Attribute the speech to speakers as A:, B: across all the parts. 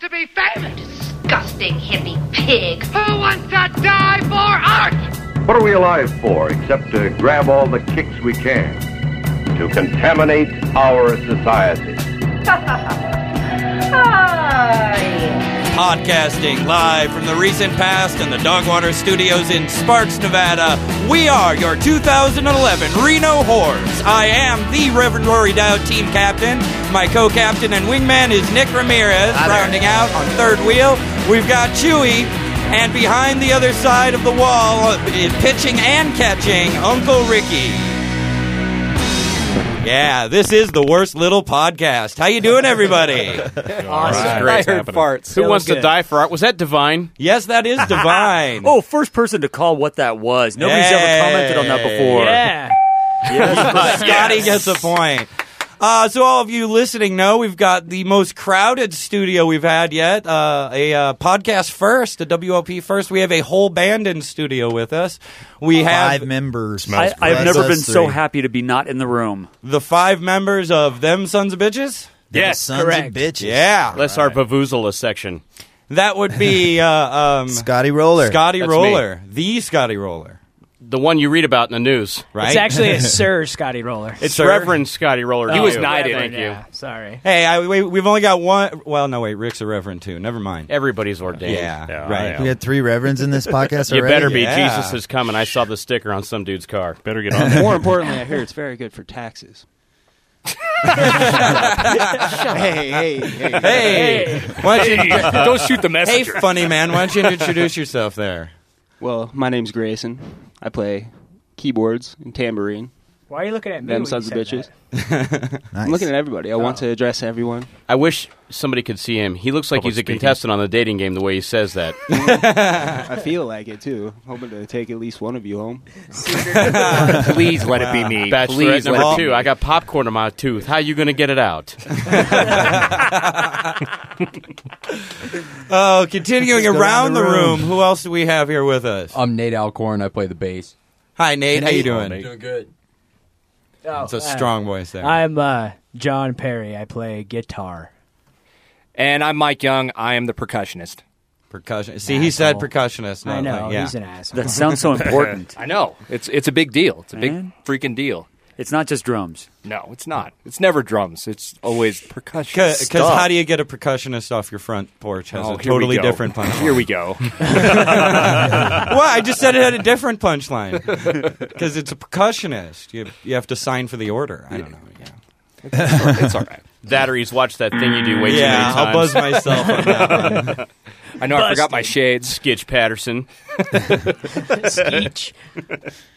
A: to be famous.
B: Disgusting hippie pig.
A: Who wants to die for art?
C: What are we alive for except to grab all the kicks we can? To contaminate our society.
D: Podcasting live from the recent past in the Dogwater Studios in Sparks, Nevada. We are your 2011 Reno Hordes. I am the Reverend Rory Dow, team captain. My co-captain and wingman is Nick Ramirez, rounding out on third wheel. We've got Chewy, and behind the other side of the wall, uh, pitching and catching, Uncle Ricky. Yeah, this is the worst little podcast. How you doing, everybody?
E: Awesome.
F: Great.
E: I heard farts.
F: Who
E: That
F: wants
E: was
F: to
E: good.
F: die for art? Was that divine?
D: Yes, that is divine.
G: Oh, first person to call what that was. Nobody's
D: Hey.
G: ever commented on that before.
E: Yeah.
D: Scotty gets a point. Uh, so all of you listening know we've got the most crowded studio we've had yet. Uh, a uh, podcast first, a WLP first. We have a whole band in studio with us. We have
H: five members.
G: I, I've
H: That's
G: never
H: us
G: been so
H: three.
G: happy to be not in the room.
D: the five members of them sons of bitches.
H: They're the
E: Yes,
H: sons
E: correct.
H: of bitches.
D: Yeah,
F: Let's our Vavuzela section.
D: that would be uh, um,
H: Scotty Roller.
D: Scotty
F: That's
D: Roller, the Scotty Roller,
F: The one you read about in the news.
D: right?
E: It's actually a Sir Scotty Roller.
F: It's
D: Sir?
F: Reverend Scotty Roller.
E: Oh,
F: He was
E: yeah.
F: knighted.
E: Reverend,
F: Thank
E: yeah.
F: you.
E: Sorry.
D: Hey, I, we, we've only got one. Well, no, wait, Rick's a reverend too. Never mind.
F: Everybody's ordained.
D: Yeah,
F: I
D: right.
F: know.
H: We had three reverends in this podcast
F: You
H: already.
F: better be.
D: Yeah.
F: Jesus is coming. I saw the sticker on some dude's car.
I: Better get on.
J: More importantly, I hear it's very good for taxes. Hey, hey, hey.
D: Hey, why don't you,
I: Don't shoot the
D: hey,
I: messenger.
D: funny man, why don't you introduce yourself there?
J: Well, my name's Grayson. I play keyboards and tambourine.
E: Why are you looking at me?
J: Them
E: when you
J: sons of
E: said
J: bitches.
E: that?
H: Nice.
J: I'm looking at everybody. I want to address everyone.
F: I wish somebody could see him. He looks like
I: Public
F: he's a
I: speaking.
F: contestant on the dating game. The way he says that.
J: I feel like it too. Hoping to take at least one of you home.
F: Please let it be me. Bachelorette
D: Please
F: number
D: let it be
F: two.
D: me.
F: I got popcorn in my tooth. How you gonna get it out?
D: Oh, continuing
H: Let's go
D: around
H: around
D: the
H: the
D: room. Who else do we have here with us?
K: I'm Nate Alcorn. I play the bass.
D: Hi, Nate. How you doing?
K: Doing good.
E: Oh,
D: It's a
E: uh,
D: strong voice there.
E: I'm uh, John Perry. I play guitar.
I: and I'm Mike Young. I am the percussionist.
D: Percussion. See, he said
E: Asshole.
D: percussionist. No,
E: I know.
D: like, yeah.
E: He's an asshole.
G: That sounds so important.
I: I know it's it's a big deal. It's a big
G: Man.
I: freaking deal.
G: it's not just drums.
I: No, it's not. It's never drums. It's always percussion.
D: Because how do you get a percussionist off your front porch has
I: Oh,
D: a
I: here we
D: totally
I: go.
D: different
I: Here
D: punchline.
I: we go.
D: well, I just said it had a different punchline. Because it's a percussionist. You, you have to sign for the order. I don't know. Yeah,
I: it's all right.
F: that or he's watched that thing you do way
D: yeah
F: too many
D: I'll
F: times.
D: buzz myself on that one.
I: I know I forgot my shades.
F: Skitch Patterson.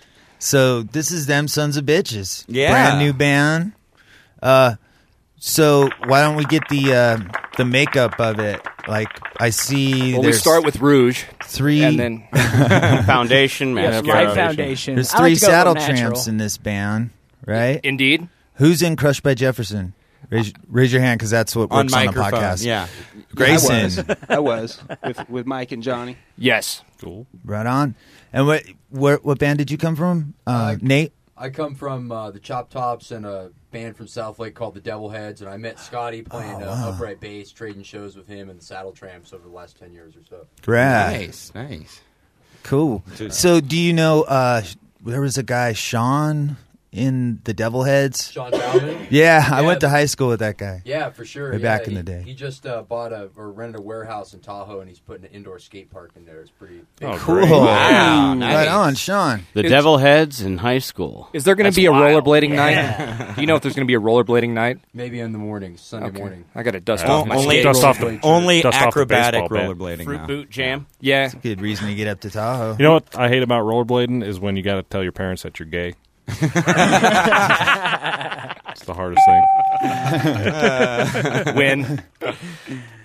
H: So this is them sons of bitches.
D: Yeah.
H: brand new band. Uh, so why don't we get the uh, the makeup of it? Like I see.
I: Well, we
H: there's
I: start with Rouge,
H: three.
I: and then
F: Foundation, man.
E: Life Foundation.
H: there's
E: I like
H: three
E: to go
H: saddle
E: with natural.
H: tramps in this band, right?
I: Indeed.
H: Who's in Crushed by Jefferson? Raise, raise your hand because that's what
D: on
H: works on, the
D: microphone.
H: podcast.
D: Yeah.
J: I
H: Grayson,
J: was. I was with with Mike and Johnny.
I: Yes.
H: right on. And what where, what band did you come from? Uh, Nate.
K: I come from uh, the Chop Tops and a band from South Lake called the Devil Heads, and I met
H: Oh,
K: Scotty playing uh, upright bass, trading shows with him and the Saddle Tramps over the last ten years or so.
H: Rad.
D: Nice, nice.
H: Cool. So, do you know uh there was a guy Sean in the Devil Heads?
K: Sean Bowman.
H: Yeah, I
K: Yeah.
H: went to high school with that guy.
K: Yeah, for sure.
H: Way
K: yeah,
H: back in
K: he-
H: the day.
K: he just uh, bought a or rented a warehouse in Tahoe, and he's putting an indoor skate park in there. It's pretty. Big.
H: Cool.
D: Wow,
H: Right
D: nice.
H: on, Sean.
F: The Devil Heads in high school.
I: Is there going to be a rollerblading night? Do you know if there's going to be a rollerblading night?
K: Maybe in the morning, Sunday morning.
I: I got to dust
D: Oh,
I: off my
D: only
I: skates.
D: dust
I: off
D: the, only
I: dust off the
D: acrobatic
I: baseball bat.
D: rollerblading
F: Fruit
D: now.
F: boot jam.
I: Yeah.
H: Good reason to get up to Tahoe.
I: You know what?
K: I hate about
I: rollerblading
K: is
I: when you
K: got
I: to tell your parents that you're gay.
K: It's the hardest thing.
D: Uh,
I: When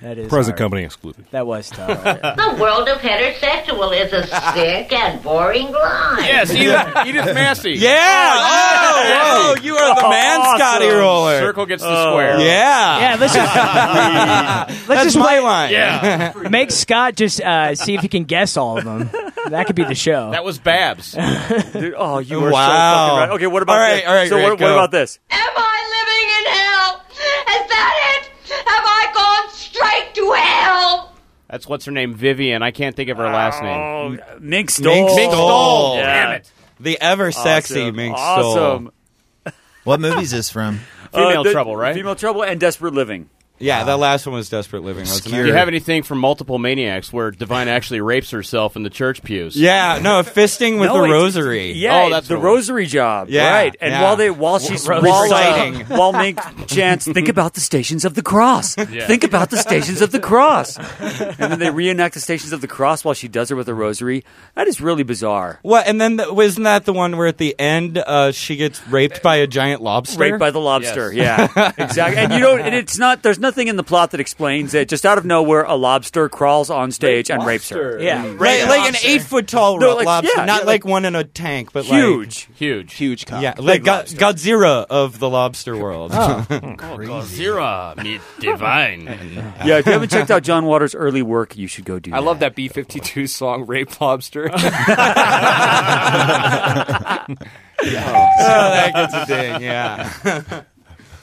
E: That is
K: Present
E: hard.
K: company excluded.
E: That was tough.
B: The world of heterosexual is a sick and boring line.
F: Yes, Edith, Edith Massey.
D: Yeah! Oh, whoa, you are the man, Scotty
E: Awesome.
D: Roller. Oh.
F: Circle gets the square.
D: Yeah.
E: yeah, let's just let's
D: That's
E: just
D: my
E: wait-
D: line.
F: Yeah.
E: Make Scott just uh, see if he can guess all of them. That could be the show.
F: That was Babs.
G: Dude, oh, you
D: Wow.
G: were so fucking right. Okay, what about
D: All right,
G: this?
D: all right,
G: so
D: Rick,
G: what,
D: go.
G: what about this?
B: Am I living in hell? Is that it? Have I gone straight to hell?
F: That's what's her name, Vivian. I can't think of her last name.
G: Oh, Mink
F: Mink
G: Stoll.
F: Stoll.
G: Yeah.
F: Oh, Damn it.
D: Oh, The ever
G: sexy Awesome. Mink Stoll. Awesome.
H: What movie is this from?
F: Female
G: Uh, the-
F: Trouble, right?
G: Female Trouble and Desperate Living.
D: Yeah, that last one was Desperate Living. wasn't
F: Do
D: it?
F: you have anything from Multiple Maniacs where Divine actually rapes herself in the church pews?
D: Yeah, no, fisting with
G: No,
D: the
G: it's-
D: rosary.
G: Yeah,
F: Oh, that's
G: the
F: what it was.
G: rosary job.
D: Yeah,
G: right. And
D: yeah.
G: while they while
D: Wh-
G: she's
D: ro-
G: while, uh,
D: reciting.
G: while Mink chants, think about the stations of the cross. Think about the stations of the cross. And then they reenact the stations of the cross while she does it with a rosary. That is really bizarre.
D: What? And then the, wasn't that the one where at the end uh, she gets raped by a giant lobster?
G: Raped by the lobster. Yeah, exactly. And you don't. And it's not. There's nothing in the plot that explains it. Just out of nowhere, a lobster crawls on stage and rapes her.
E: Yeah.
D: Like, like an eight foot tall
G: No,
D: ro-
G: like-
D: lobster,
G: yeah,
D: not
G: yeah,
D: like, one in a tank, but
G: Huge.
F: Huge.
J: Huge cock.
D: Like, yeah, like Go- Godzilla of the lobster world.
G: Oh.
F: Oh,
D: Uh,
F: Zira meet Divine.
G: Yeah. If you haven't checked out John Waters' early work, you should go do.
I: I love that B 52 song, Rape Lobster.
D: Oh, that gets a ding, yeah.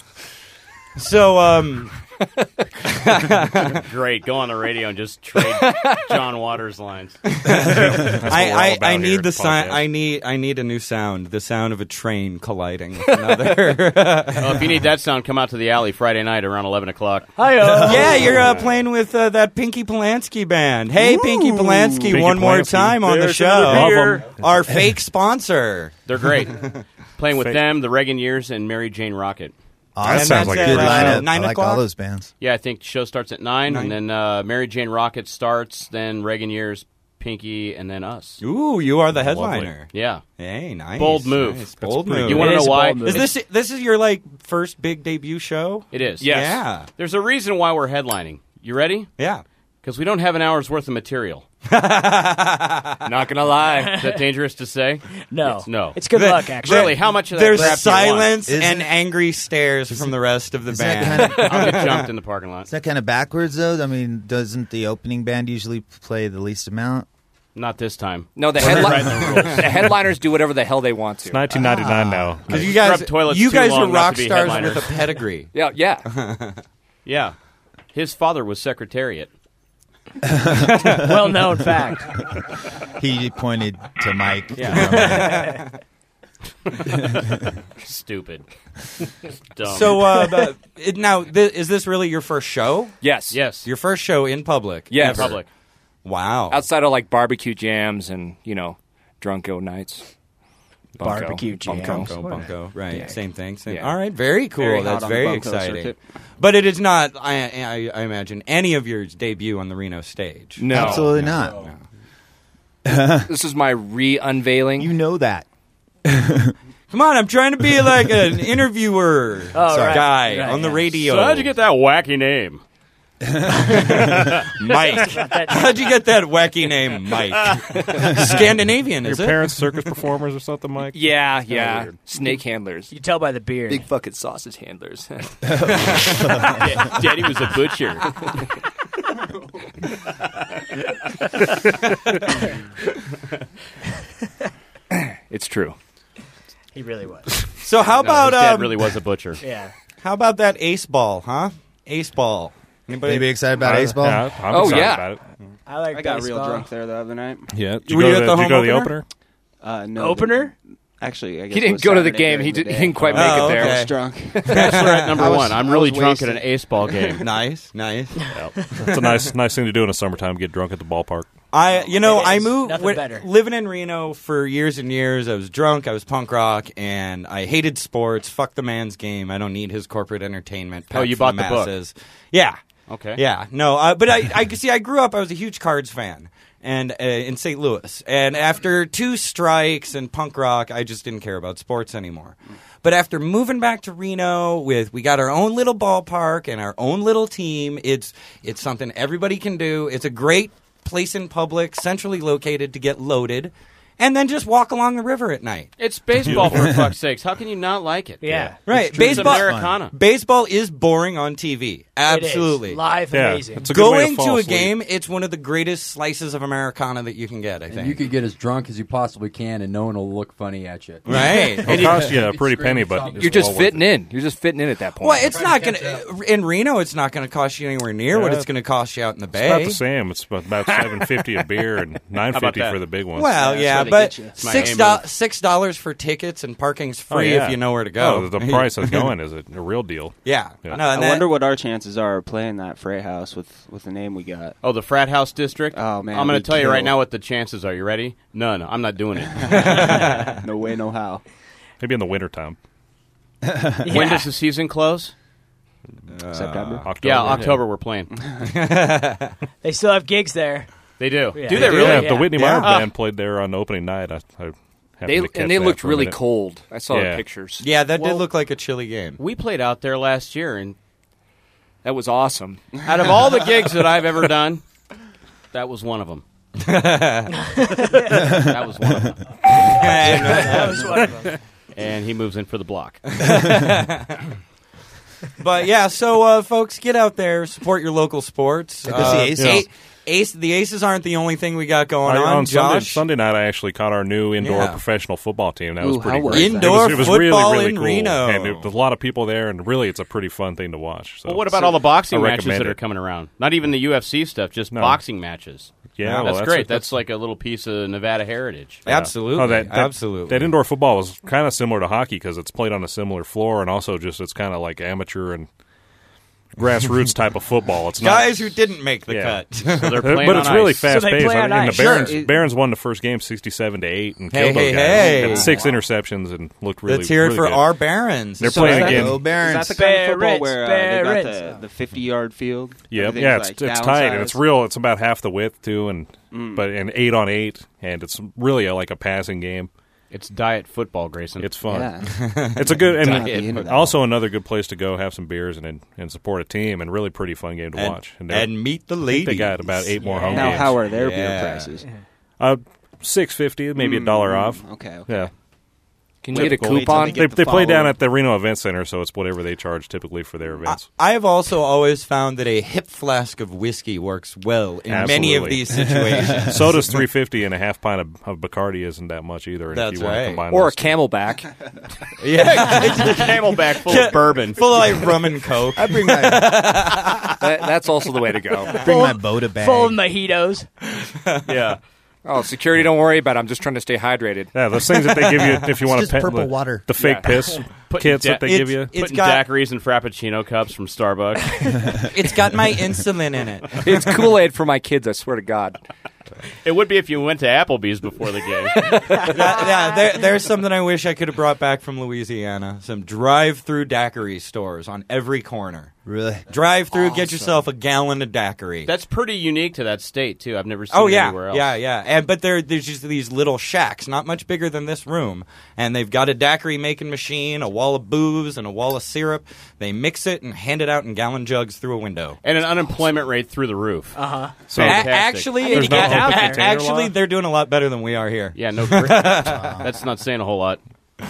D: so, um,
F: Great. Go on the radio and just trade John Waters lines. all
D: I,
F: about
D: I, I
F: here
D: need the
F: at the
D: sound.
F: podcast.
D: I need I need a new sound. The sound of a train colliding with another.
F: Oh, if you need that sound, come out to the alley Friday night around 11 o'clock.
D: yeah, you're uh, playing with uh, that Pinky Polanski band. Hey, Pinky Polanski,
I: Pinky
D: one more
I: Polanski.
D: time on the
G: There's
D: show.
G: another beer.
D: Love 'em. Our fake sponsor.
F: They're great. Playing with them, the Reagan Years, and Mary Jane Rocket.
H: Awesome.
D: sounds like a
H: good
D: good show.
H: lineup.
D: uh, Nine
H: I like
D: o'clock?
H: all those bands.
F: Yeah, I think the show starts at 9,
D: Nine.
F: and then uh, Mary Jane Rocket starts, then Reagan Years, Pinky, and then us.
D: Ooh, you are the
F: Lovely.
D: headliner.
F: Yeah.
D: Hey, nice.
F: Bold move.
D: nice. Bold
I: pretty
D: move.
I: good.
F: You want
I: It
F: to
I: is
F: know
I: a
F: why?
I: bold move.
D: Is this this is your like first big debut show?
F: It is.
I: Yes.
D: Yeah.
F: There's a reason why we're headlining. You ready?
D: Yeah.
F: Because we don't have an hour's worth of material.
I: Not going to lie.
F: Is that dangerous to say?
E: No,
F: It's- no.
E: It's good
D: The-
E: luck, actually.
F: Really, how much of that
D: There's
F: crap do you want?
D: silence
H: Isn't-
D: and angry stares from the rest of the
H: Isn't that
D: band.
H: kind of
F: I'll get jumped in the parking lot.
H: Is that kind of backwards though? I mean, doesn't the opening band usually play the least amount?
F: Not this time.
I: No, the, headli- the headliners do whatever the hell they want to.
L: 1999 now.
D: Because Ah. you
F: Scrub
D: guys,
F: toilets
D: you
F: too
D: guys
F: long
D: are
F: not
D: rock
F: to be
D: stars
F: headliners.
D: with a pedigree.
I: Yeah, yeah.
F: Yeah. His father was secretariat.
E: well known fact.
H: He pointed to Mike.
F: Stupid. Dumb.
D: So uh, but it, now, th- is this really your first show?
I: Yes.
F: yes,
D: Your first show in public?
I: Yes.
F: in public.
D: Wow.
I: Outside of like barbecue jams and, you know, drunko nights. Bunko.
E: Barbecue jams.
I: Bunko.
D: Bunko, Bunko, right?
I: Yeah.
D: Same thing. Same.
I: Yeah.
D: All right, very cool.
I: Very hot
D: That's
I: on the
D: very
I: Bunko
D: exciting.
I: circuit.
D: But it is not. I, I, I imagine any of yours debut on the Reno stage.
I: No.
H: Absolutely not.
I: This is my re unveiling.
H: You know that.
D: Come on, I'm trying to be like an interviewer
I: Oh,
E: right.
D: guy
E: Right,
D: on the
E: yeah.
D: radio.
F: So how'd you get that wacky name?
D: Mike? How'd you get that wacky name, Mike? Scandinavian,
L: Your
D: is it?
L: parents circus performers or something, Mike?
I: yeah, yeah. Snake handlers.
E: You tell by the beard.
J: Big fucking sausage handlers.
I: Oh.
F: Da- Daddy was a butcher.
I: It's true.
E: He really was.
D: So how
F: His
D: about
F: dad
D: um,
F: really was a butcher.
E: Yeah.
D: how about that ace ball, huh? Ace ball. Anybody?
H: Anybody excited about Ace Ball?
L: Yeah, I'm
I: Oh,
L: excited
I: yeah.
L: about it.
E: I like
J: I got
E: baseball.
J: real drunk there the other night.
L: Yeah. Did
D: Were
L: go
D: you
L: to
D: at
L: did you
D: the home
L: go to the
D: opener?
L: opener?
J: Uh, no,
E: Opener?
J: the- actually, I guess
I: He
J: it
I: didn't
J: was
I: go to the
J: Saturday
I: game.
J: during
I: He,
J: the
I: did,
J: day.
I: he didn't quite make
D: Oh,
I: it
J: I
I: there.
D: okay.
J: was drunk.
F: Bachelorette number
H: was-
F: one. I'm
J: I
F: really
J: was
F: drunk at an
J: wasted.
F: ace ball game.
D: Nice, nice.
L: It's a nice, nice thing to do in the summertime. Get drunk at the ballpark.
D: I, you know,
E: It
D: I
E: is.
D: moved
E: Nothing
D: when-
E: better.
D: living in Reno for years and years. I was drunk. I was punk rock, and I hated sports. Fuck the man's game. I don't need his corporate entertainment.
F: Oh,
D: Pack
F: you
D: for
F: bought the book.
D: masses. Yeah.
F: Okay.
D: Yeah. No. Uh, but I, I see. I grew up. I was a huge Cards fan, and uh, in St. Louis. And after two strikes and punk rock, I just didn't care about sports anymore. But after moving back to Reno, with we got our own little ballpark and our own little team. It's it's something everybody can do. It's a great place in public, centrally located to get loaded. and then just walk along the river at night.
F: It's baseball for fuck's sakes. How can you not like it?
D: Yeah. Right. Baseball,
F: It's Americana.
D: baseball is boring on TV. Absolutely.
F: is. Live, Yeah, amazing. it's a good way
D: Going
F: to fall
D: to a
F: asleep.
D: game, it's one of the greatest slices of Americana that you can get, I
K: And you
D: think.
K: could get as drunk as you possibly can, and no one will look funny at you.
D: Right. It'll cost you a pretty penny, but
I: You're just fitting in. You're just fitting in at that point.
D: Well, it's not going to, in Reno, it's not going to cost you anywhere near what
I: Yeah.
D: it's going to cost you out in the
L: It's about
D: Bay.
L: the same. It's about, about seven fifty a beer and nine fifty
D: that?
L: for the big ones.
D: Well, yeah, but six do- six dollars for tickets and parking's free if you know where to go.
L: Oh, the price of going is a, a real deal.
D: Yeah.
L: No,
J: I
L: and that-
J: wonder what our chances are of playing that frat house with, with the name we got.
F: Oh, the frat house district.
J: Oh man,
F: I'm going
J: we'd
F: to tell you
J: kill.
F: right now what the chances are. You ready? None. I'm not doing it.
J: no way, no how.
L: Maybe in the wintertime.
F: When does the season close?
L: September? Uh, October.
F: Yeah, October we're playing.
E: they still have gigs there.
F: They do.
E: Yeah.
F: Do they really?
L: Yeah, The Whitney Meyer
E: Oh.
F: Yeah. Oh.
L: band played there on opening night. I, I happened
I: They-
L: to catch
I: and they
L: that
I: looked
L: for a
I: really
L: minute.
I: cold. I saw
L: Yeah.
I: the pictures.
D: Yeah, that did look like a chilly game.
F: We played out there last year, and
I: that was awesome.
F: Out of all the gigs that I've ever done, that was one of them. that was one of them.
D: That was one of 'em.
F: And he moves in for the block.
D: but yeah, so uh, folks, get out there, support your local sports.
L: Check out the
D: Uh,
L: Aces.
D: A- Ace, the Aces aren't the only thing we got going
L: I-
D: on.
L: on Sunday,
D: Josh,
L: Sunday night, I actually caught our new indoor
D: Yeah.
L: professional football team. That
D: Ooh,
L: was
D: how
L: pretty
D: was
L: great.
D: that? Indoor
L: it was, it was
D: football
L: really, really
D: in
L: cool.
D: Reno.
L: and it, there's a lot of people there, and really, it's a pretty fun thing to watch. So.
F: well, what about all the boxing
L: I
F: matches
L: recommend
F: that are
L: it.
F: coming around? Not even the UFC stuff, just boxing matches.
L: Yeah, well,
F: that's,
L: that's
F: great.
L: a-
F: that's, like a little piece of Nevada heritage.
L: Yeah. Oh, that, that, That indoor football is kind of similar to hockey because it's played on a similar floor, and also just it's kind of like amateur and grassroots type of football. It's not,
D: guys who didn't make the
L: Yeah.
D: cut.
L: but it's really fast paced. I mean, and the Barons, Barons won the first game sixty seven to eight and
D: Hey,
L: killed those
D: hey,
L: guys.
D: hey.
L: Had six interceptions and looked really.
D: Let's hear it
L: really
D: for
L: good.
D: our Barons.
L: They're
D: So
L: playing
D: is that-
L: again.
D: Go
J: Is that the kind of football where uh, they got the, the 50 yard field?
L: Yeah,
J: Everything's,
L: yeah, it's,
J: like,
L: it's tight and
J: downsized?
L: it's real. It's about half the width too, and
J: Mm.
L: but and eight on eight, and it's really a, like a passing game.
F: It's diet football, Grayson.
L: It's fun.
F: Yeah.
L: it's a good
F: Diet
L: and
F: football.
L: also another good place to go have some beers and and support a team and really pretty fun game to
D: And-
L: watch
D: and meet the
L: league. They got
D: ladies.
L: about eight more
D: Yeah.
L: home
D: Now,
L: games.
D: how are their beer Yeah. prices?
L: Uh, six fifty, maybe a dollar
J: Mm,
L: off.
J: okay, okay.
L: Yeah.
I: Can you get a Typical. coupon?
L: They,
I: Get
L: they
I: the
L: play down
I: follow-up.
L: at the Reno Event Center, so it's whatever they charge typically for their events.
D: I have also always found that a hip flask of whiskey works well in many of
L: Absolutely.
D: these situations.
L: Soda's three fifty, and a half pint of, of Bacardi isn't that much either. and if
D: That's
L: you want
D: right.
L: to combine
I: Or
L: those
I: a camelback.
D: Yeah.
F: Camelback full
D: Yeah.
F: of bourbon.
D: Full of like rum and coke. I
I: bring my- That- that's also the way to go. Bring my Boda bag.
E: Full of mojitos.
L: yeah.
I: Oh, security, don't worry about it. I'm just trying to stay hydrated.
L: Yeah, those things that they give you if you want to pet the, the fake piss kits that they give you.
F: Putting daiquiris and Frappuccino cups from Starbucks.
D: it's got my insulin in it.
I: It's Kool Aid for my kids, I swear to God.
F: It would be if you went to Applebee's before the game.
D: yeah, yeah, there, there's something I wish I could have brought back from Louisiana. Some drive-through daiquiri stores on every corner.
H: Really?
D: Drive-through, get
F: Awesome.
D: yourself a gallon of daiquiri.
F: That's pretty unique to that state too. I've never seen
D: Oh
F: it
D: yeah,
F: anywhere else.
D: yeah, yeah. And but there, there's just these little shacks, not much bigger than this room, and they've got a daiquiri making machine, a wall of booze, and a wall of syrup. They mix it and hand it out in gallon jugs through a window.
F: And an unemployment rate through the roof.
E: Uh-huh.
D: So actually, a- actually, they're doing a lot better than we are here.
F: Yeah, no. gr- that's not saying a whole lot.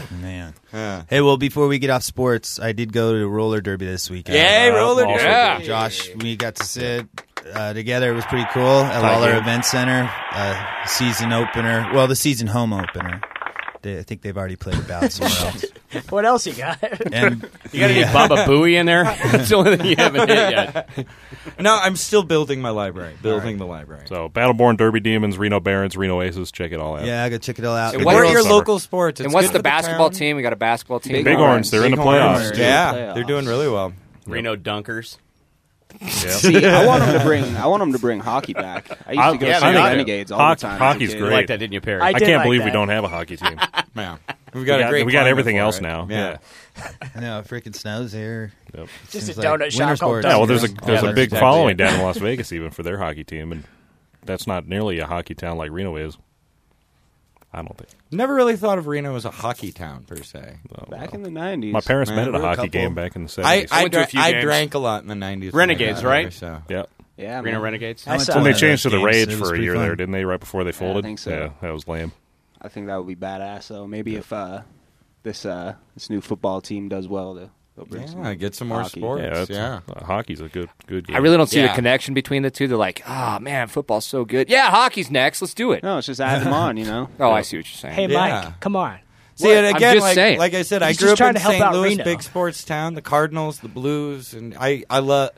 H: Man. Hey, well, before we get off sports, I did go to roller derby this uh, weekend.
D: Yay, roller derby. Yeah.
H: Josh, we got to sit uh, together. It was pretty cool at
D: Thank
H: Lawler
D: you.
H: Event Center, uh, season opener. Well, the season home opener. They, I think they've already played about somewhere else.
E: What else you got?
H: And uh,
F: You got any Baba Booey in there? That's the only thing you haven't hit yet.
D: No, I'm still building my library. Building the library.
L: So Oh, Battleborn, Derby Demons, Reno Barons, Reno Aces, check it all out.
H: Yeah, I got to check it all out.
I: And
L: Good
I: what's-
L: We're your
I: summer.
L: local
D: sports.
I: and
D: It's
I: what's
D: good
I: the
D: for the
I: basketball
D: town.
I: team? We got a basketball team.
L: Big Big Orange, Orange. they're in Big the playoffs. Orange.
D: Yeah, they're doing really well.
F: Reno Dunkers.
J: See, I want them to bring. I want 'em to bring hockey back. I used to go
L: I
J: see
L: think-
J: Renegades all
L: hockey-
J: the time. as a
L: Hockey's
J: kid.
L: great. I, can't believe we don't have a hockey team.
D: yeah.
L: We've got,
H: a great
L: we got
H: climate
L: everything
H: for
L: else
H: it.
L: now.
H: Yeah. I know, it freaking snows here. Yep.
E: Just a donut shop called
L: Yeah, well, there's a there's
H: Yeah,
L: a big
H: exactly
L: following
H: it.
L: down in Las Vegas even for their hockey team, and that's not nearly a hockey town like Reno is. I don't think.
D: Never really thought of Reno as a hockey town per se.
J: Back in the nineties,
L: My parents met at a hockey game back in the
D: I,
L: seventies.
D: I, dra- I drank a lot in the nineties.
F: Renegades, right?
D: So.
L: Yep.
J: Yeah,
F: Reno
J: man.
F: Renegades.
L: When they changed to the Rage for a year there, didn't they? Right before they folded.
J: think so.
L: Yeah, that was lame.
J: I think that would be badass. So maybe if uh, this uh, this new football team does well, they'll, they'll bring
D: Yeah,
J: some
D: get some more
J: hockey.
D: sports. Yeah,
L: yeah. Uh, hockey's a good good
D: game. I really don't
I: see
D: Yeah.
I: the connection between the two. They're like, ah, man, football's so good. Yeah, hockey's next. Let's do it.
J: No, it's just add them on. You know.
I: oh, I see what you're saying.
E: Hey,
D: Yeah.
E: Mike, come on.
D: See,
I: What?
D: and
I: I'm
D: again,
I: just
D: like,
I: saying.
D: like I said, I
E: He's
D: grew
E: just
D: up
E: trying
D: in
E: to help
D: St.
E: out
D: Louis,
E: Reno.
D: big sports town. The Cardinals, the Blues, and I, I love.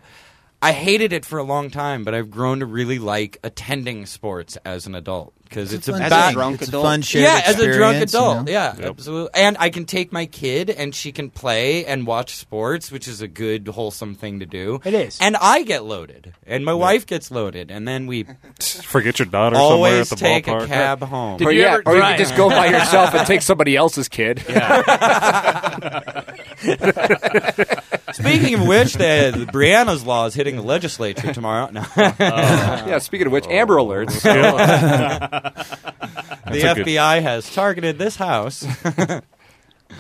D: I hated it for a long time, but I've grown to really like attending sports as an adult because
H: It's
D: it's,
H: a fun
D: about
H: thing. Drunk It's a adult. fun shared
D: yeah, as a drunk
H: experience, you
D: adult,
H: know?
D: yeah,
H: Yep.
D: absolutely. And I can take my kid, and she can play and watch sports, which is a good, wholesome thing to do. It
E: is,
D: and I get loaded, and my wife gets loaded, and then we
L: forget your daughter somewhere at
D: always
L: the
D: take
L: ballpark.
D: a cab home.
I: Did you ever- or you could just go by yourself and take somebody else's kid.
D: Speaking of which, the, the Brianna's law is hitting the legislature tomorrow. No. Oh.
I: yeah, speaking of which, Amber Alerts.
D: the
L: That's a good-
D: FBI has targeted this house.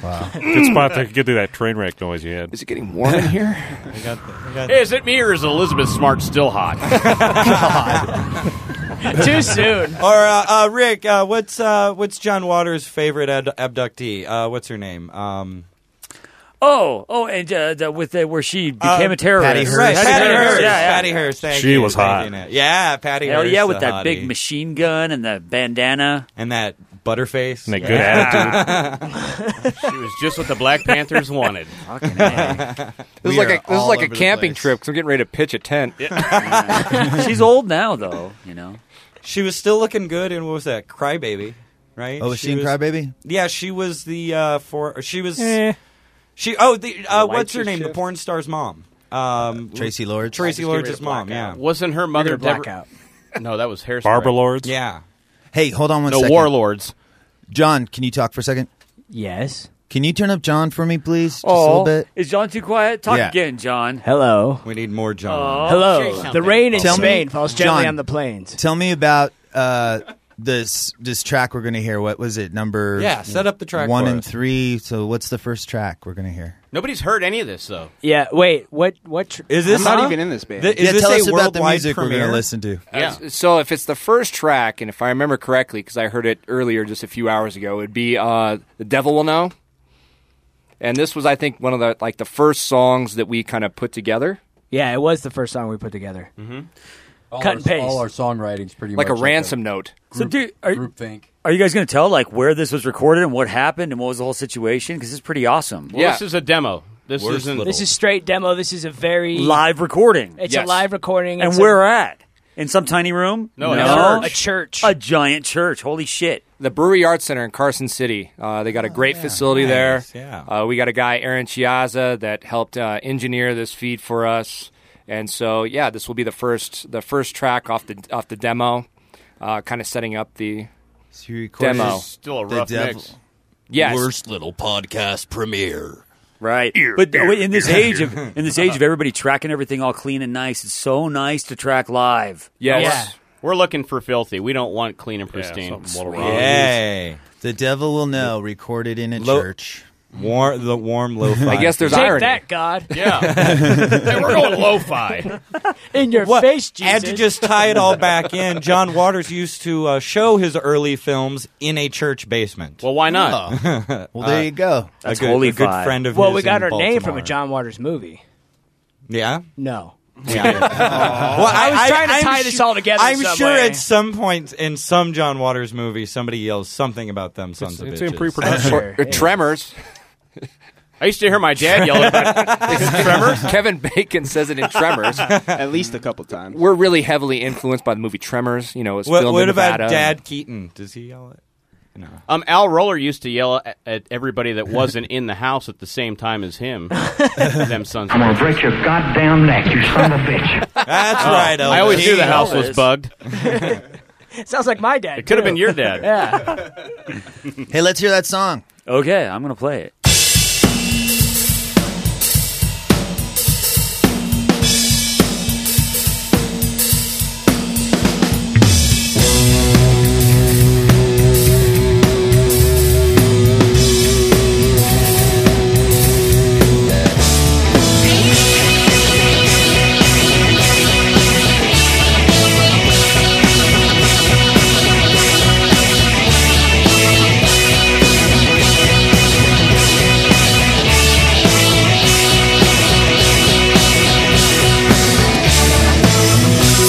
D: wow.
L: Good spot to get through that train wreck noise you had.
I: Is it getting warm in here?
D: I got the, I got
F: Is it me or is Elizabeth Smart still hot?
E: Too soon.
D: Or uh, uh, Rick, uh, what's uh, what's John Waters' favorite ad- abductee? Uh, what's her name? Um,
G: Oh, oh, and uh, the- with uh, where she became
D: uh,
G: a terrorist.
D: Right, Patty, Hearst.
G: Yeah, yeah.
D: Patty Hearst. Thank you, thank you, Nat. Yeah, Patty
G: Hell
D: Hearst.
G: yeah, with
D: the
G: that big
D: hottie.
G: machine gun and the bandana
D: and that butterface
L: and that
F: good
G: attitude.
F: she was just what the Black Panthers wanted.
G: Fucking
I: This is like a this is like a camping trip because I'm getting ready to pitch a tent.
G: She's old now, though. You know,
D: She was still looking good in what was that? Crybaby, right?
H: Oh, was she in Crybaby?
D: Yeah, she was the uh, for. She was.
H: Eh.
D: She oh the uh, what's her
H: Lights
D: name? The
H: shift.
D: porn star's mom. Um,
H: Tracy Lords.
D: Tracy
F: I just get
D: Lords'
F: rid of
D: mom.
F: blackout.
D: Yeah,
F: Wasn't her mother Get rid of Deborah-
D: no, that was Hairspray.
L: Barbara Lords?
D: Yeah.
H: Hey, hold on one
F: The
H: second.
F: warlords.
H: John, can you talk for a second?
E: Yes.
H: Can you turn up John for me, please? Just a
G: oh,
H: little bit.
G: is John too quiet? Talk
H: Yeah.
G: again, John.
E: Hello.
D: We need more
G: Oh, say
E: Hello.
G: something.
E: The rain in
H: Tell me-
E: Spain falls gently
H: John,
E: on the plains.
H: Tell me about uh, this this track we're gonna hear. What was it? Number
F: Yeah, set up the track
H: one
F: for
H: and
F: us.
H: three. So what's the first track we're gonna hear?
F: Nobody's heard any of this though.
E: Yeah. Wait. What? What? Tr-
D: Is
H: this-
J: I'm not even in this band.
H: Th- is Yeah, this tell a us about the worldwide music we're gonna premiere? listen to.
I: Uh, So if it's the first track, and if I remember correctly, because I heard it earlier just a few hours ago, it'd be uh, "The Devil Will Know," and this was, I think, one of the like the first songs that we kind of put together,
E: Yeah, it was the first song we put together. Mm-hmm.
K: All
E: Cut
K: our,
E: and paste.
K: All our songwriting's pretty
I: like
K: much
I: a ransom note.
G: So, dude, are,
K: group think.
G: are you guys going to tell like where this was recorded and what happened and what was the whole situation? Because it's pretty awesome.
F: Well, this is a demo. This isn't.
E: This is straight demo. This is a very
G: live recording.
E: It's a live recording.
G: And
E: It's
G: where
E: a,
G: at? In some tiny room?
I: No, a No. church.
E: a church.
G: A giant church. Holy shit.
I: The Brewery Arts Center in Carson City. Uh, they got a great facility
D: Nice,
I: there. Yeah. Uh, we got a guy, Aaron Chiazza, that helped uh, engineer this feed for us. And so, yeah, this will be the first the first track off the off the demo, uh, kind of setting up the
H: so you
F: recorded
I: demo.
F: this- still a The rough devil- mix.
I: Yes.
F: Worst little podcast premiere.
G: Right. but in this age of in this age of everybody tracking everything all clean and nice, it's so nice to track live.
F: Yes. We're looking for filthy. We don't want clean and pristine.
D: Yay.
H: The devil will know. Recorded in a
D: Lo-
H: church.
D: Warm the warm low.
I: I guess there's
E: Take
I: irony.
E: that, God.
F: hey, we're going lo-fi.
E: in your
D: What?
E: face, Jesus.
D: And to just tie it all back in, John Waters used to uh, show his early films in a church basement. Uh,
F: Well, why not?
H: Well, there you go.
D: a good, a good friend of
E: Well,
D: his
E: we got
D: in
E: our name from
D: Baltimore.
E: a John Waters movie.
D: Yeah.
E: No.
D: Well,
E: I was trying to
D: I'm
E: tie this all together in
D: I'm
E: some
D: sure
E: way.
D: at some point in some John Waters movie, somebody yells something about them sons of
L: it's
D: bitches.
L: in pre-production.
I: Or- or Tremors.
F: I used to hear my dad yell about
I: Tremors. Kevin Bacon says it in Tremors.
J: At least a couple times.
I: We're really heavily influenced by the movie Tremors. You know, it's um,
D: What,
I: filmed
D: what
I: in
D: about
I: Nevada.
D: Dad Keaton? Does he yell it? No.
F: Um, Al Roller used to yell at, at everybody that wasn't in the house at the same time as him. Them sons.
A: I'm gonna break your goddamn neck, you son of a bitch.
D: That's
F: Oh,
D: right.
F: I always
D: Elvis.
F: knew the house was
D: Elvis.
F: bugged.
E: Sounds like my dad.
F: It could have
E: too.
F: been your dad.
E: Yeah.
H: Hey, let's hear that song.
G: Okay, I'm gonna play it.
A: Thank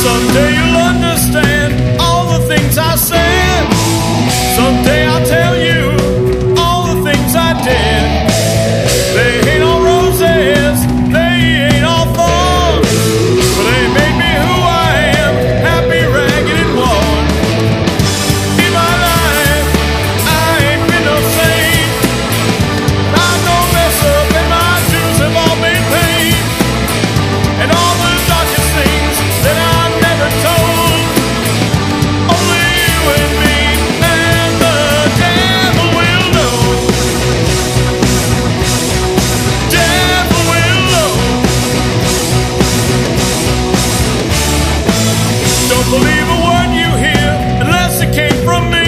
B: Someday you'll understand all the things I said. Someday I'll tell you all the things I did. They ain't all roses, they ain't all thorns. But they made me who I am, happy, ragged, and worn. In my life, I ain't been no saint. I've no mess up, and my dues have all been paid. And all the darkest things that I never told Only you and me and the devil will know Devil will know Don't believe a word you hear unless it came from me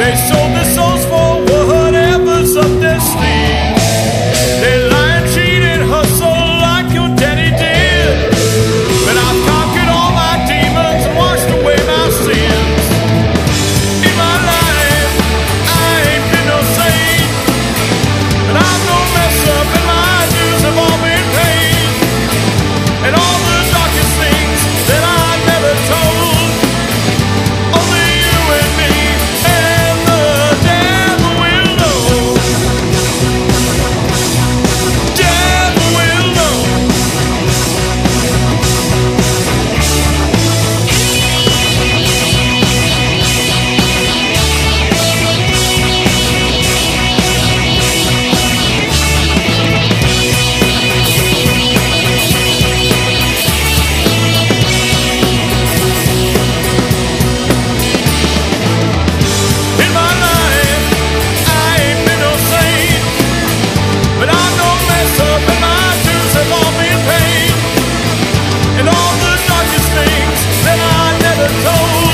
B: They sold their souls for whatever's up their sleeve They lie and cheat and hustle like your daddy did but I've conquered all my demons and washed away my sins. In my life, I ain't been no saint. And I've no mess up, and my dues have all been paid. And all the darkest things that I never told. Only you and me and the devil will know. Devil will know. In my life, I ain't been no saint, but I know mess up and my dues have all been paid, and all the darkest things that I never told.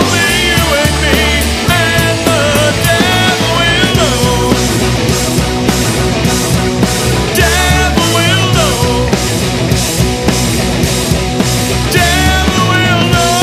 B: Only you and me and the devil will know. Devil will know. Devil will know.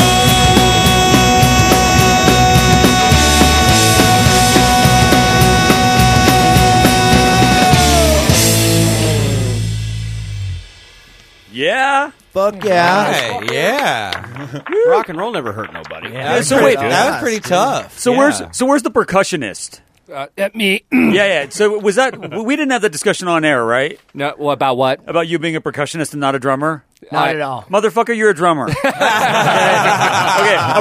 F: Yeah.
H: Fuck
F: yeah. yeah. Rock and roll never hurt nobody.
G: Yeah, so wait, that was pretty tough. So
F: Yeah.
G: where's so where's the percussionist?
I: Uh, at me.
G: yeah, yeah. So was that we didn't have that discussion on air, right?
I: No. Well, about what?
G: About you being a percussionist and not a drummer.
E: Not at all.
G: Motherfucker, you're a drummer. okay. A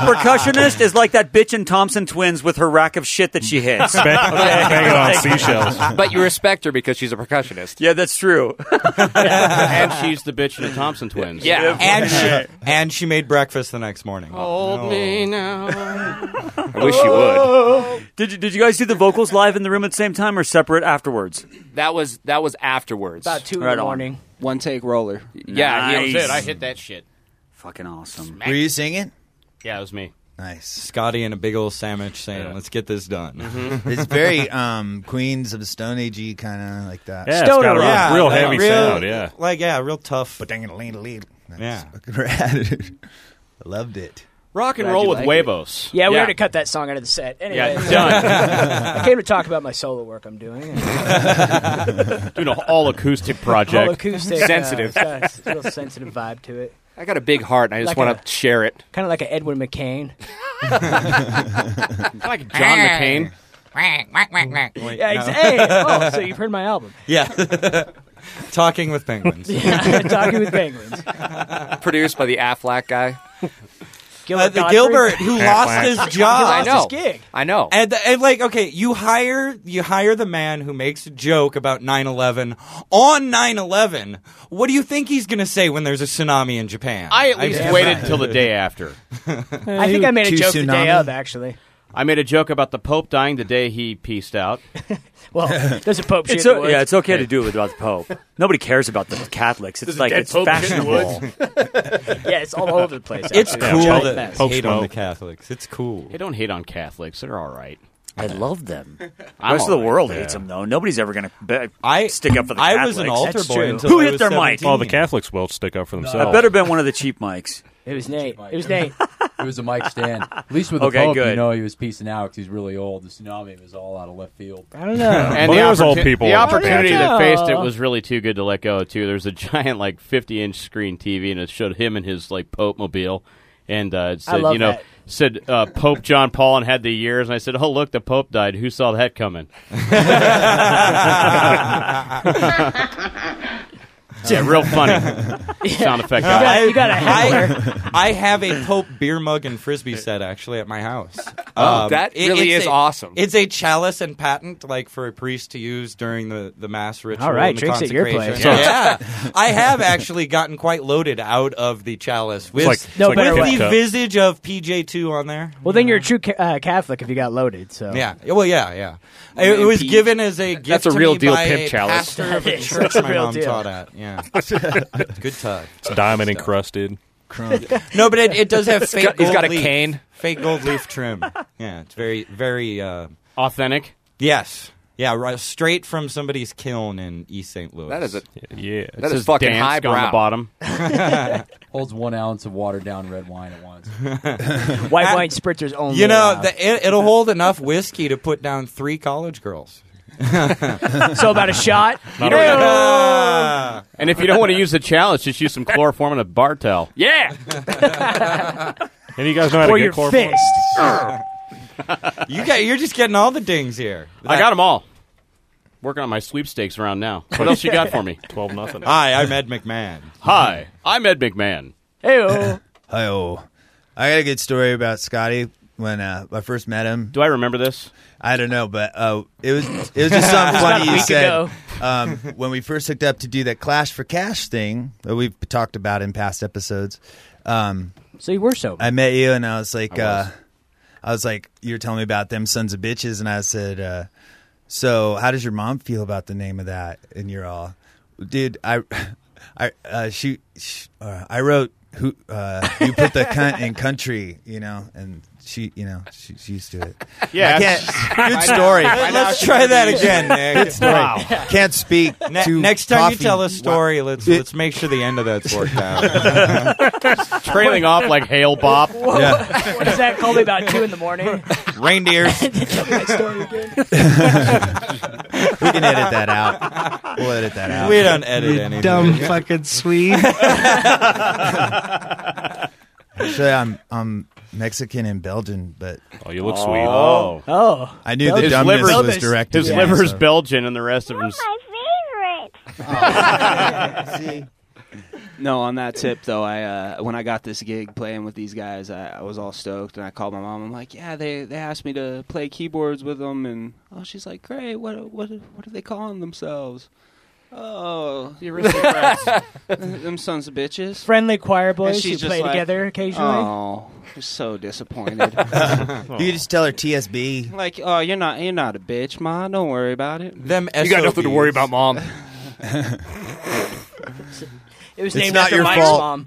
G: percussionist is like that bitch in Thompson Twins with her rack of shit that she hits.
I: Bang- bang it on seashells. But you
G: respect her because she's a percussionist. Yeah, that's true.
F: and she's the bitch in the Thompson twins.
D: and she and she made breakfast the next morning.
F: Hold me now.
G: I wish you would. Did you, did you guys do the vocals live in the room at the same time or separate afterwards?
I: That was that was afterwards.
G: About two in Right the on. morning.
J: One take roller.
I: Yeah,
F: yeah, that was
I: Nice.
F: it. I hit that shit.
G: Fucking awesome.
H: Were you singing?
F: Yeah, it was me.
H: Nice.
D: Scotty and a big old sandwich saying, "Let's get this done." Mm-hmm.
F: Mm-hmm.
D: uh,
H: it's very um, Queens of the Stone Age kind of like that.
D: Yeah, it's Stoner got a rock. real- real
H: Yeah.
D: heavy Real- sound, yeah. like yeah, real tough.
H: But dang it, lean, lean. That's
D: Yeah.
H: fucking rad. I loved it.
F: Rock and roll with huevos.
E: Yeah, we already cut that song out of the set. Anyway,
F: Yeah, done.
E: I came to talk about my solo work I'm doing.
F: Doing an all acoustic project.
E: All acoustic, uh,
I: Sensitive.
E: it's got a s- real sensitive vibe to it.
I: I got a big heart, and I just
E: Like
I: want
E: a-
I: to share it.
E: Kind of like an Edwin McCain.
I: Kinda like John McCain.
D: Wait,
E: yeah,
D: no.
E: ex- hey, oh, so you've heard my album.
D: Yeah, talking with penguins.
E: Yeah, talking with penguins.
I: Produced by the Affleck guy.
D: Uh, the Gilbert who lost his job.
I: I know. I know.
D: And, and like, okay, you hire you hire the man who makes a joke about 9/11 on 9/11. What do you think he's going to say when there's a tsunami in Japan?
F: I at least
D: mean-
F: waited until the day after.
E: I think I made a joke the day of, actually.
F: I made a joke about the Pope dying the day he pieced out.
E: Well, there's a Pope shit.
G: It's
E: in
G: o-
E: the woods.
G: yeah, it's okay to do it without the Pope. Nobody cares about the Catholics. It's
E: There's a
G: like
E: dead
G: it's
E: Pope in the
G: fashionable.
E: woods. yeah, it's all over the place.
G: It's
E: actually.
G: cool
E: Giant
G: that
E: mess.
G: Pope's
F: Hate
G: on
F: on
G: the
D: Catholics. It's cool.
F: Hey, don't hate on Catholics. They're all right.
G: I love them.
F: I'm
G: Most of the
F: all right.
G: world
F: Yeah.
G: hates them, though. Nobody's ever going to I stick up for the
D: I
G: Catholics.
D: was an altar
G: That's
D: boy
G: true.
D: until
G: Who
D: I
G: hit
D: was Oh,
G: their
D: 17.
G: mic?
L: Well, the Catholics will stick up for themselves.
G: I better been one of the cheap mics.
E: It was Nate. It was Nate.
K: It was a Mike Stan. At least with the
F: Okay,
K: Pope, you
F: good.
K: know he was piecing out because he's really old. The tsunami was all out of left field. I don't
M: Oh.
F: and the, opportu- the opportunity that faced it
K: know.
F: was really too good to let go of, too. There's a giant, like, 50 inch screen TV, and it showed him and his, like, Pope mobile. And uh, it
M: I
F: said,
M: love
F: you know,
M: that.
F: said uh, Pope John Paul and had the years. And I said, oh, look, the Pope died. Who saw that coming? yeah, real funny. Sound effect. guy.
D: I, I have a Pope beer mug and frisbee set actually at my house. Um,
I: Oh, that really
D: it's
I: is
D: a-
I: awesome.
D: It's a chalice and patent, like for a priest to use during the, the mass ritual.
E: All right,
D: and the
E: drinks at your
D: consecration.
E: place.
D: Yeah, I have actually gotten quite loaded out of the chalice with,
E: like- it's No like better
D: with
E: way.
D: the visage of PJ two on there.
E: Well, then you're a true ca- uh, Catholic if you got loaded. So
D: Yeah. Well, yeah, yeah. It, it was given as a gift.
E: That's a
D: to
E: real
D: me
E: deal
D: by
E: pimp
D: a
E: chalice.
D: Pastor of
E: That
D: a
E: is.
D: church
E: That's a
D: my
E: real
D: mom
E: deal.
D: taught at. Yeah. Good touch.
L: It's diamond encrusted.
D: No, but it, it does have
I: It's
D: fake.
I: got- he's
D: gold
I: got a
D: leaf.
I: cane.
D: Fake gold leaf trim. Yeah, it's very very uh,
F: authentic.
D: Yes. Yeah, right, straight from somebody's kiln in East St. Louis.
I: That is a-
D: yeah.
I: that It is says fucking Dansk on the highbrow. bottom.
K: Holds one ounce of watered down red wine at once.
E: White wine spritzers only.
D: you know,
E: allowed.
D: the, it, it'll hold enough whiskey to put down three college girls.
E: so about a shot.
F: Not
E: You
F: a-
E: know-
F: And if you don't want to use the chalice, just use some chloroform and a bar towel.
E: yeah.
L: And you guys know how
E: or
L: to
E: your
L: get chloroform.
D: fist. you got, you're just getting all the dings here.
F: I got them all. Working on my sweepstakes round now. What else you got for me?
L: Twelve nothing.
D: Hi, I'm Ed McMahon.
F: Hi, I'm Ed McMahon.
E: Hey-o.
H: Hi-oh. I got a good story about Scotty when uh, I first met him.
F: Do I remember this?
H: I don't know, but uh, it was it was just something
M: It's about a
H: funny you
M: week
H: said
M: ago.
H: um, when we first hooked up to do that Clash for Cash thing that we've talked about in past episodes. Um,
E: so you were sober.
H: I met you, and I was like,
E: I was.
H: Uh, I was like, you were telling me about them sons of bitches, and I said, uh, so how does your mom feel about the name of that? And you're all, dude, I, I, uh, she, sh uh, I wrote who uh, you put the cunt in country, you know, and she, you know, she, she used to it.
M: Yeah.
H: I
M: I
H: can't,
M: know.
H: good story.
M: I know. Let's try that again, Nick.
H: Good story.
M: Wow.
H: Can't speak.
D: Ne-
H: to
D: next time you
H: coffee.
D: tell a story, let's let's make sure the end of that's worked out.
F: Trailing off like hail bop.
E: Whoa, What is that? Call me about two in the morning.
D: Reindeers.
E: Tell me that story again.
H: we can edit that out. We'll edit that out.
D: We don't edit You anything. dumb
M: fucking Swede.
H: Actually, I'm I'm Mexican and Belgian, but
L: oh,
F: you look sweet. Oh.
E: oh,
H: I knew the dumbness was directed.
F: His
H: at me,
F: liver's
H: so-
F: Belgian, and the rest of him's.
J: No, on that tip though, I uh, when I got this gig playing with these guys, I, I was all stoked, and I called my mom. I'm like, "Yeah, they, they asked me to play keyboards with them," and oh, she's like, "Great, what what what are they calling themselves?" Oh, the aristocrats, them sons of bitches.
E: Friendly choir boys
J: And she's
E: who
J: just
E: play
J: like,
E: together occasionally.
J: Oh, I'm so disappointed.
H: You could just tell her TSB.
J: like, oh, you're not you're not a bitch, ma. Don't worry about it.
D: Them You got nothing to worry SOBs. about,
I: mom.
E: It was
H: It's
E: named
H: not
E: after
H: your
E: Mike's
H: fault.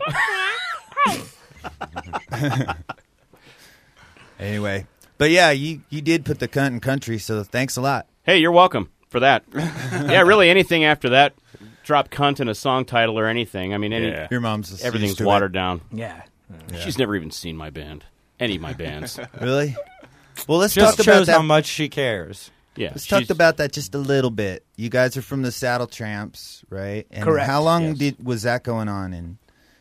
E: mom.
H: Anyway, but yeah, you you did put the cunt in country, so thanks a lot.
F: Hey, you're welcome for that. yeah, really, anything after that, drop cunt in a song title or anything. I mean, any,
H: Yeah. Your mom's used
F: everything's
H: to it.
F: watered down.
E: Yeah. Yeah.
F: she's never even seen my band, any of my bands.
H: Really? Well, let's
D: Just
H: talk
D: shows
H: about that.
D: how much she cares.
F: Yeah,
H: let's
F: she's-
H: talk about that just a little bit. You guys are from the Saddle Tramps, right? And
F: Correct.
H: How long did was that going on? And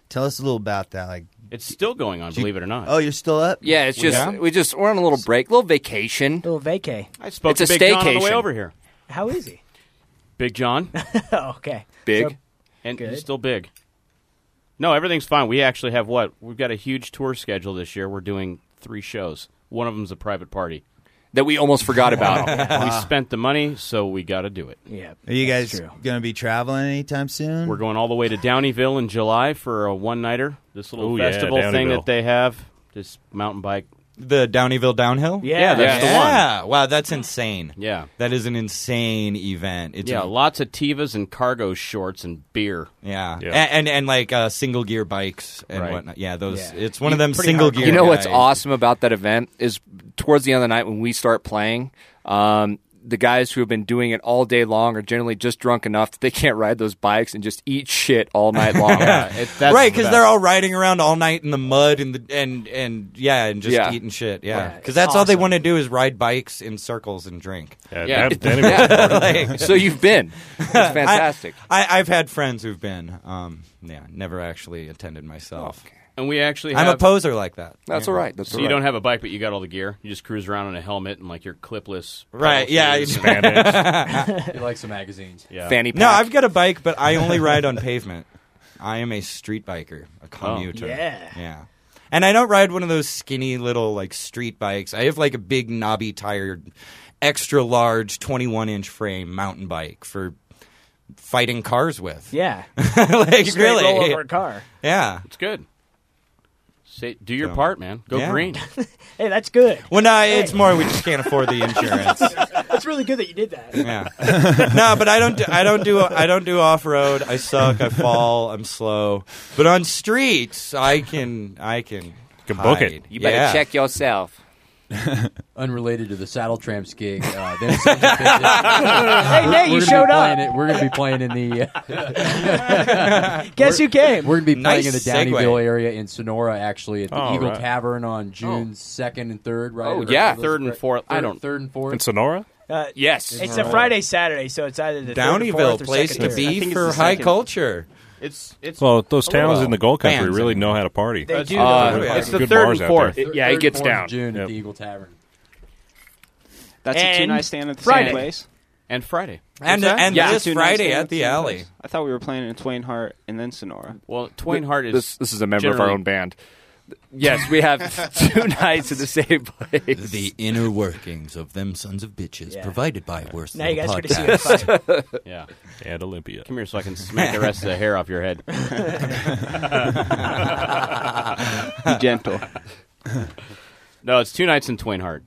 H: tell us a little about that. Like,
F: It's still going on, believe it or not.
H: oh, you're still up?
I: Yeah, it's just we just we're on a little break, little vacation.
E: Little vacay.
F: I spoke
I: it's
F: to
I: a
F: Big John on the
I: staycation.
F: way over here.
E: How is he?
F: Big John,
E: okay.
I: Big.
F: and
E: Good.
F: he's still big. No, everything's fine. We actually have what we've got a huge tour schedule this year. We're doing three shows. One of them's a private party
I: that we almost forgot about.
F: we spent the money, so we got to do it.
E: Yeah,
H: Are you guys going to be traveling anytime soon?
F: We're going all the way to Downeyville in July for a one nighter. This little
H: Ooh, yeah,
F: festival thing
H: Downeyville.
F: that they have, this mountain bike.
D: The Downeyville Downhill?
F: Oh, Yeah. Yeah, that's the one.
D: Yeah. Wow, that's insane.
F: Yeah.
D: That is an insane event. It's
F: yeah, lots of tivas and cargo shorts and beer.
D: Yeah. A- And, and like uh, single gear bikes and
F: Right.
D: whatnot. Yeah, those
F: Yeah.
D: it's one of them single gear.
I: You know what's
D: guys.
I: awesome about that event is towards the end of the night when we start playing, um, the guys who have been doing it all day long are generally just drunk enough that they can't ride those bikes and just eat shit all night long.
D: Yeah, it- that's right, because they're all riding around all night in the mud and the and and yeah, and just
I: Yeah.
D: eating shit. Yeah,
I: Right.
D: because that's all they
I: Awesome.
D: want to do is ride bikes in circles and drink.
I: Yeah. that- that ain't important. So you've been. It's
D: I-
I: fantastic.
D: I, have had friends who've been. Um, yeah, never actually attended myself.
F: And we actually
D: I'm a
F: have-
D: poser like that. Yeah.
F: so you don't have a bike, but you got all the gear. You just cruise around in a helmet and like your clipless.
D: Right, yeah,
F: shoes.
D: you- Spandex.
K: He likes the magazines.
F: Yeah.
D: No, I've got a bike, but I only ride on pavement. I am a street biker,
F: Oh.
D: a commuter.
K: Yeah.
D: Yeah. And I don't ride one of those skinny little like street bikes. I have like a big knobby tired, extra large 21 inch frame mountain bike for fighting cars with.
E: Yeah.
D: like
E: Straight
D: really.
E: roll over a car.
D: Yeah.
F: It's good. Say, do your part, man. Go
D: Yeah.
F: green.
E: Hey, that's good.
D: Well, no, it's more we just can't afford the insurance.
E: that's really good that you did that.
D: Yeah. no, but I don't. Do, I don't do. I don't do off road. I suck. I fall. I'm slow. But on streets, I can. I can.
L: can
K: book it.
I: You better check yourself.
K: Unrelated to the Saddle Tramps gig. Uh, them sons of bitches.
E: Hey,
K: We're-
E: Nate,
K: we're
E: you
K: gonna be
E: showed up.
K: playing it- we're going to be playing in the. uh,
E: Guess
K: we're-
E: who came?
K: We're going to be playing
E: Nice
K: in the
E: segue.
K: Downeyville area in Sonora, actually, at the
L: All
K: Eagle
L: right.
K: Tavern on June second and third. Right?
F: Oh,
K: Or-
F: yeah.
K: or those-
F: Third and fourth. I
K: third-
F: don't-
K: Third and fourth.
L: In Sonora?
E: Uh,
F: Yes.
E: It's a Friday, Saturday, so it's either the third or
D: Downeyville,
E: fourth or
D: place
E: second
D: to
E: or-
D: be for high culture.
F: It's it's
L: Well, those towns in the Gold Country
D: Bands,
L: really know how to party.
K: They do.
L: Uh,
K: They do.
L: there's
K: It's the
L: good
K: third
L: bars
K: and
L: out there.
K: fourth. It- yeah, it gets Third, fourth down. June at the Eagle Tavern.
J: That's a
K: And
J: two night stand at the
K: Friday.
J: same place.
F: And Friday.
D: And-
J: What's that?
D: and
J: That's a
D: this
J: two-night
D: Friday
J: stand
D: at the
J: same
D: alley.
J: place. I thought we were playing in Twain Hart and then Sonora.
F: Well, Twain Hart is
I: This, this is a member of our
F: generally-
I: own band. Yes, we have two nights at the same place.
D: The inner workings of them sons of bitches, provided by Worst
E: Now you guys get to see
D: Podcast.
E: the fight.
F: yeah.
L: And Olympia.
F: Come here so I can smack the rest of the hair off your head.
J: Be gentle.
F: No, it's two nights in Twain Hart.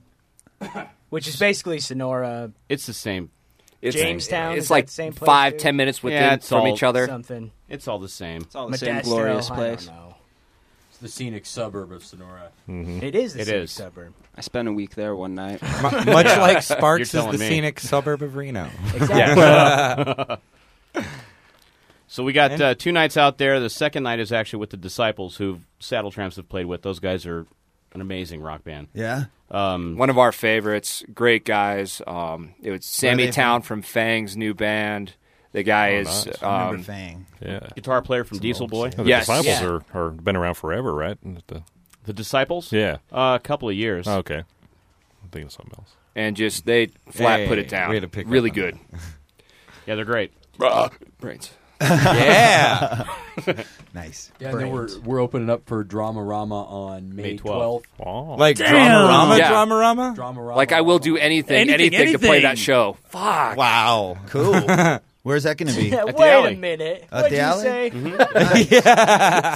E: Which is basically Sonora.
F: It's the same.
E: It's- Jamestown,
I: It's
E: is that
I: like
E: the same place,
I: five,
E: dude?
I: ten minutes
E: Yeah,
I: within
E: it's
I: from
E: all
I: each other.
E: something.
F: It's all the same.
J: It's all the same
E: Modesto,
J: glorious
E: I
J: place.
E: don't know.
K: It's the scenic suburb of Sonora.
E: It is the
J: It
E: same
J: is.
E: suburb.
J: I spent a week there one night.
D: Mm-hmm. Mu- much like Sparks is the scenic suburb of Reno.
F: Yeah. so we got
D: And-
F: uh, two nights out there. The second night is actually with the disciples who Saddle Tramps have played with. Those guys are an amazing rock band.
H: Yeah.
F: Um,
I: One of our favorites. Great guys. Um, it was
F: Where are they
I: Sammy Town from Fang's new band. The guy
F: Oh,
I: is
F: nice.
I: um,
F: I remember
H: Fang.
L: Yeah.
F: Guitar player from Diesel Boy.
L: Oh, The disciples are, are been around forever, right? And The,
F: the disciples.
L: Yeah.
F: Uh, a couple of years.
L: Oh, okay. I'm thinking of something else.
I: and just they flat put it down.
F: way to pick
I: really
F: up
I: good.
F: Yeah, they're great.
I: Brains.
D: Yeah.
H: nice.
K: Yeah, and then we're we're opening up for Drama Rama on May twelfth.
D: Like Dramarama, Dramarama,
K: Dramarama.
I: Like I will do anything,
K: Anything,
I: anything, to play
K: anything.
I: that show.
H: Fuck.
D: Wow.
H: Cool. Where's that going to be?
E: Wait a minute.
H: At
E: What'd
H: the
E: you
H: alley?
E: say?
I: Mm-hmm.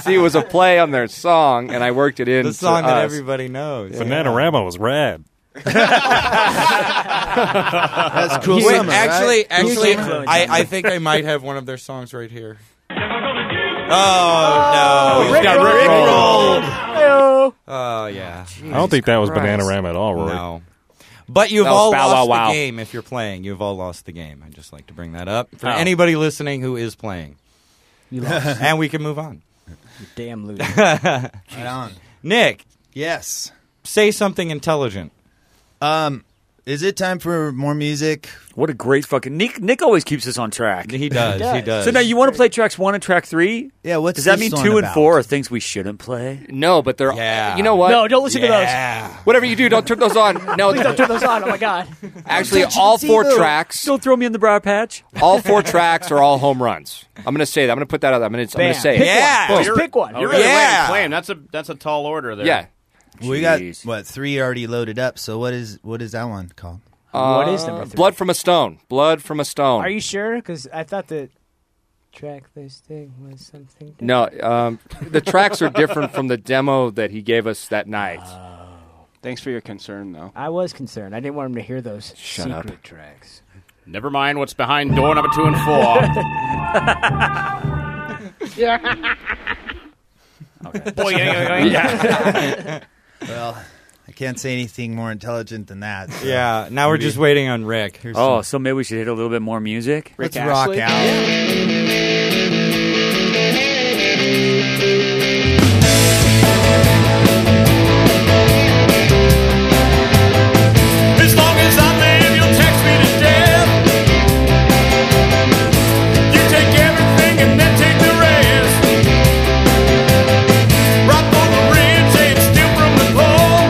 I: See, it was a play on their song, and I worked it in.
L: The song
I: to
L: that
I: us.
L: everybody
D: knows.
L: Bananarama was rad.
D: That's
L: cool
D: Wait,
L: summer,
D: Uh, actually,
L: right? Cool
D: actually,
L: summer.
D: I, I think I might have one of their songs right here. Oh no! He's got Rickrolled.
E: Hey-o.
D: Oh yeah.
L: I don't think that was Bananarama at all, Rory.
D: No. But you've
L: That was
D: all
L: Bow
D: lost
L: Wow Wow.
D: the game if you're playing. You've all lost the game. I'd just like to bring that up for
L: Oh.
D: anybody listening who is playing.
E: You
H: lost.
D: and we can move on.
E: Damn
D: right
H: on.
D: Nick.
H: Yes.
D: Say something intelligent.
H: Um, is it time for more music?
G: What a great fucking Nick! Nick always keeps us on track.
D: He does, He does. he does.
G: So now you want to play tracks one and track three?
H: Yeah. What's
G: does that
H: this
G: mean?
H: song
G: Two and
H: about?
G: four are things we shouldn't play.
I: No, but they're.
G: Yeah.
I: You know what?
G: No, don't listen to those.
I: to those. Whatever you do, don't turn those on. No,
G: Please don't
E: turn those on. Oh my god.
I: Actually, all four tracks.
G: Don't throw me in the brow patch.
I: All four tracks are all home runs. I'm going to say that. I'm going to put that out. there. I'm going to. I'm going
G: Bam.
I: to say.
G: Pick
I: it.
G: one.
I: Boom.
G: Just pick one.
F: You're Oh, really yeah.
I: Yeah.
F: to claim. That's a that's a tall order there.
I: Yeah.
H: We got what three already loaded up. So what is what is that one called?
E: What is number
I: Uh,
E: three?
I: Blood from a stone. Blood from a stone.
E: Are you sure? Because I thought the track this thing was something.
I: No, um, the tracks are different from the demo that he gave us that night.
J: Thanks for your concern, though.
E: I was concerned. I didn't want him to hear those secret tracks.
F: Never mind what's behind door number two and four.
E: Boy, yeah, yeah, yeah.
H: well, I can't say anything more intelligent than that. so.
D: Yeah, now we're
H: Maybe-
D: just waiting on Rick.
H: Here's
G: Oh, so maybe we should hit a little bit more music.
H: Let's rock out.
B: As long as I'm there, you'll text me to death. You take everything and then take the rest. Rock on the ridge, say it's still from the pole.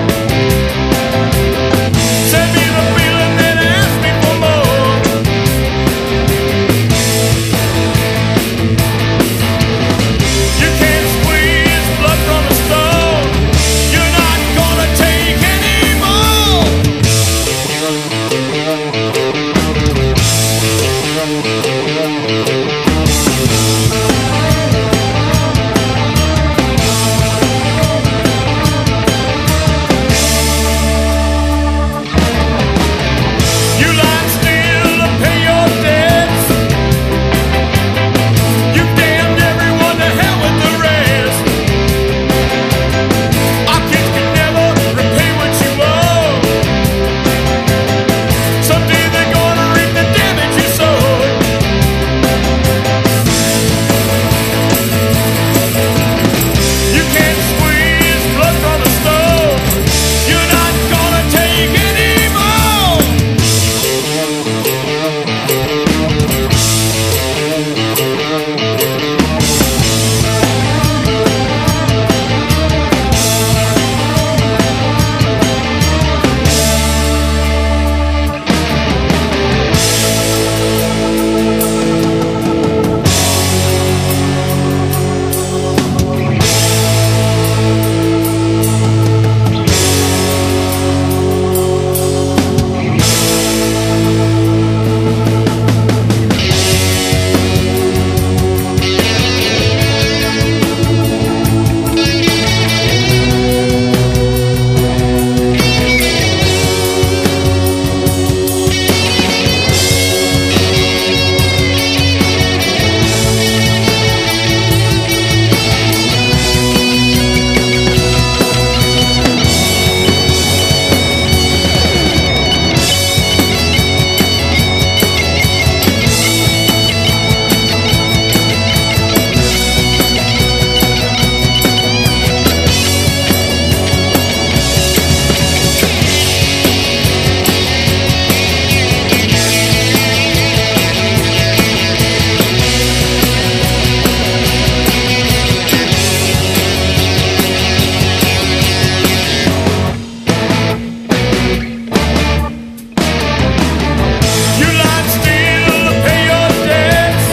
B: Send me the feeling, then ask me for more. You can't squeeze blood from a stone. You're not gonna take any more. You lie still to pay your debts. You damned everyone to hell with the rest. Our kids can never repay what you owe. Someday they're gonna reap the damage you sowed. You can't squeeze blood from a stone. You're not gonna take any more. You lied still to pay your debts.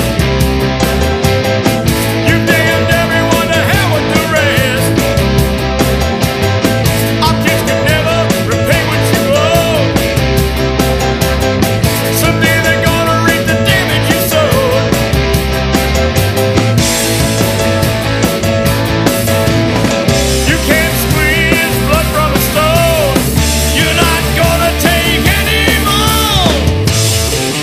B: You damned everyone to hell with the rest. Our kids can never repay what you owe. Someday they're gonna reap the damage you sowed. You can't squeeze blood from a stone. You're not gonna take any more.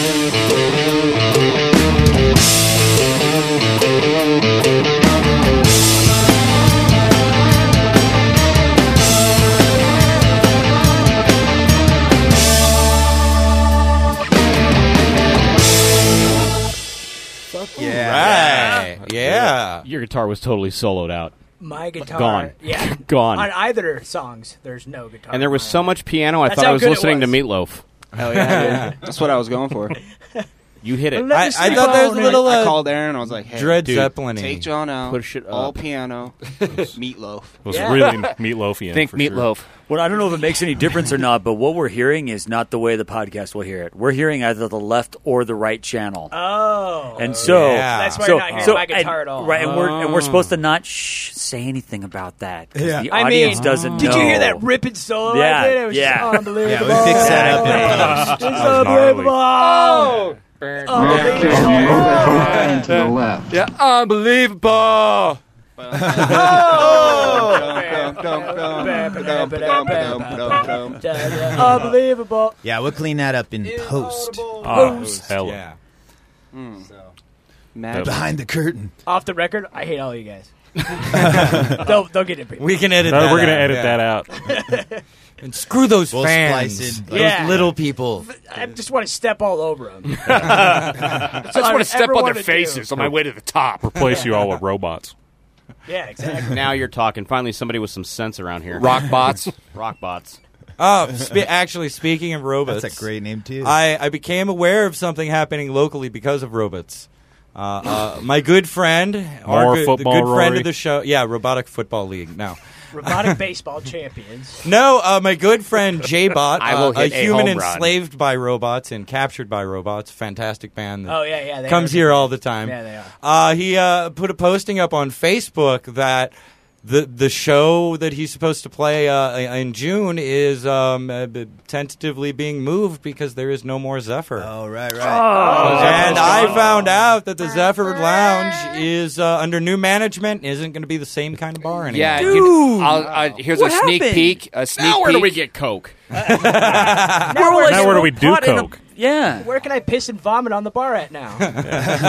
D: Yeah. Yeah.
F: Your guitar was totally soloed out.
E: My guitar.
F: Gone.
E: Yeah.
F: Gone.
E: On either songs, there's no guitar.
F: and there was so much piano, I
E: That's
F: thought I
E: how
F: was
E: good it
F: listening
E: was.
F: to Meatloaf.
J: Hell yeah, yeah. That's what I was going for.
F: You hit it.
J: I, I thought there was a little. I called Aaron. I was like, "Hey,
D: Dred
J: dude,
D: Zeppelin-y.
J: Take John out.
D: Push it
J: All
D: up."
J: piano. meatloaf.
D: was Yeah. really meatloafian,
G: Think for sure. meatloaf. Well, I don't know if it makes any difference or not, but what we're hearing is not the way the podcast will hear it. We're hearing either the left or the right channel.
E: Oh.
G: And so
E: Yeah. That's why
G: so,
E: you're not hearing
G: so-
E: my guitar at
G: and-
E: all.
G: Right, and we're and we're
E: Oh.
G: supposed to not shh, say anything about that. 'cause
E: Yeah.
G: the
E: I
G: audience
E: mean,
G: doesn't
E: did
G: know.
E: you hear that ripping solo I
G: Yeah,
E: did? It was just
G: yeah.
E: unbelievable.
G: Yeah, we fixed that up in post.
E: It's
G: That was gnarly.
E: unbelievable. Oh.
N: to the left.
D: Yeah, unbelievable.
J: Oh,
E: Unbelievable.
H: Yeah, we'll clean that up in post.
E: Oh, Post. hell.
D: Yeah.
H: Magic. Behind the curtain.
E: Off the record, I hate all you guys. don't don't get it. people.
L: No, we're gonna edit that out.
D: And screw those
E: We'll
D: fans.
E: splice it,
D: Those
E: like- Yeah.
D: little people.
E: I just want to step all over them.
D: Just
E: I
D: wanna
E: would
D: step
E: ever
D: on
E: wanna
D: their
E: do.
D: faces on my way to the top.
F: Replace you all with robots.
E: Yeah, exactly.
F: now you're talking. Finally, somebody with some sense around here.
D: Rock bots.
F: Rock bots.
D: Oh, spe- actually, speaking of robots,
F: That's a
H: great name too.
D: I, I became aware of something happening locally because of robots. Uh, uh, my good friend, our
L: More
D: good,
L: football,
D: the good friend
L: Rory?
D: of the show, yeah, robotic football league. Now,
E: Robotic baseball champions.
D: no, uh, my good friend J Bot,
E: I will
D: uh, a
E: hit a
D: human
E: home run.
D: enslaved by robots and captured by robots, fantastic band. that
E: Oh, yeah, yeah, they
D: comes
E: are
D: here
E: good.
D: all the time.
E: Yeah, they are.
D: Uh, he uh, put a posting up on Facebook that the the show that he's supposed to play uh, in June is um, uh, b- tentatively being moved because there is no more Zephyr. Oh
H: right,
D: right. and I found out that the Zephyr Lounge is uh, under new management. Isn't going to be the same kind of bar anymore.
I: Yeah, you- I'll, I, here's a
D: What
I: sneak
D: happened?
I: peek. A sneak
D: Now where do
I: peek.
D: we
F: get coke?
E: Now we're-
L: Now where do we do
E: Pot in a-
L: coke?
E: yeah. Where can I piss and vomit on the bar at now?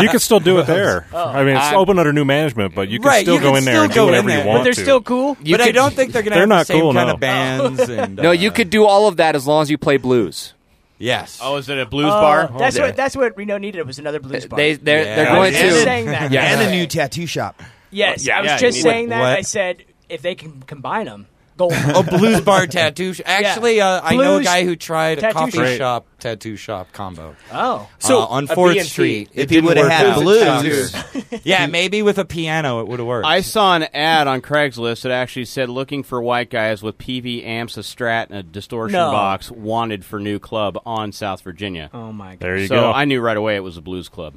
L: you can still do it there.
E: Oh.
L: I mean, it's
E: I'm-
L: open under new management, but you can
D: Right,
L: still
D: you
L: go
D: can
L: in there
D: still
L: and
D: go
L: do
D: in
L: whatever
D: there.
L: you want.
D: But they're
L: to.
D: still cool?
I: You
D: But I don't think they're gonna have the
L: not
D: same
L: cool,
D: kind
L: no.
D: of bands and,
I: no,
D: uh,
I: you could do all of that as long as you play blues.
D: Yes.
F: Oh, is it a blues
E: Oh,
F: bar?
E: That's
I: Yeah.
E: what that's what Reno needed. It was another blues bar.
I: They- they're- they're Yeah. going
E: I was
I: to-
E: just saying that.
I: Yeah.
H: and a new tattoo shop.
E: Yes,
H: Yeah,
E: I was
H: yeah,
E: just
H: you need-
E: saying that.
H: What?
E: I said if they can combine them, gold.
D: a blues bar tattoo. Sh- Actually, uh, I know a
E: Blues
D: guy who tried a
E: tattoo
D: coffee
E: shop.
D: shop tattoo shop combo.
E: Oh,
D: So on Fourth Street,
H: If he would have had blues,
D: yeah, maybe with a piano it would have worked.
F: I saw an ad on Craigslist that actually said looking for white guys with PV amps, a strat, and a distortion
E: No.
F: box wanted for new club on South Virginia.
E: Oh, my God.
L: There you
F: so
L: go.
F: I knew right away it was a blues club.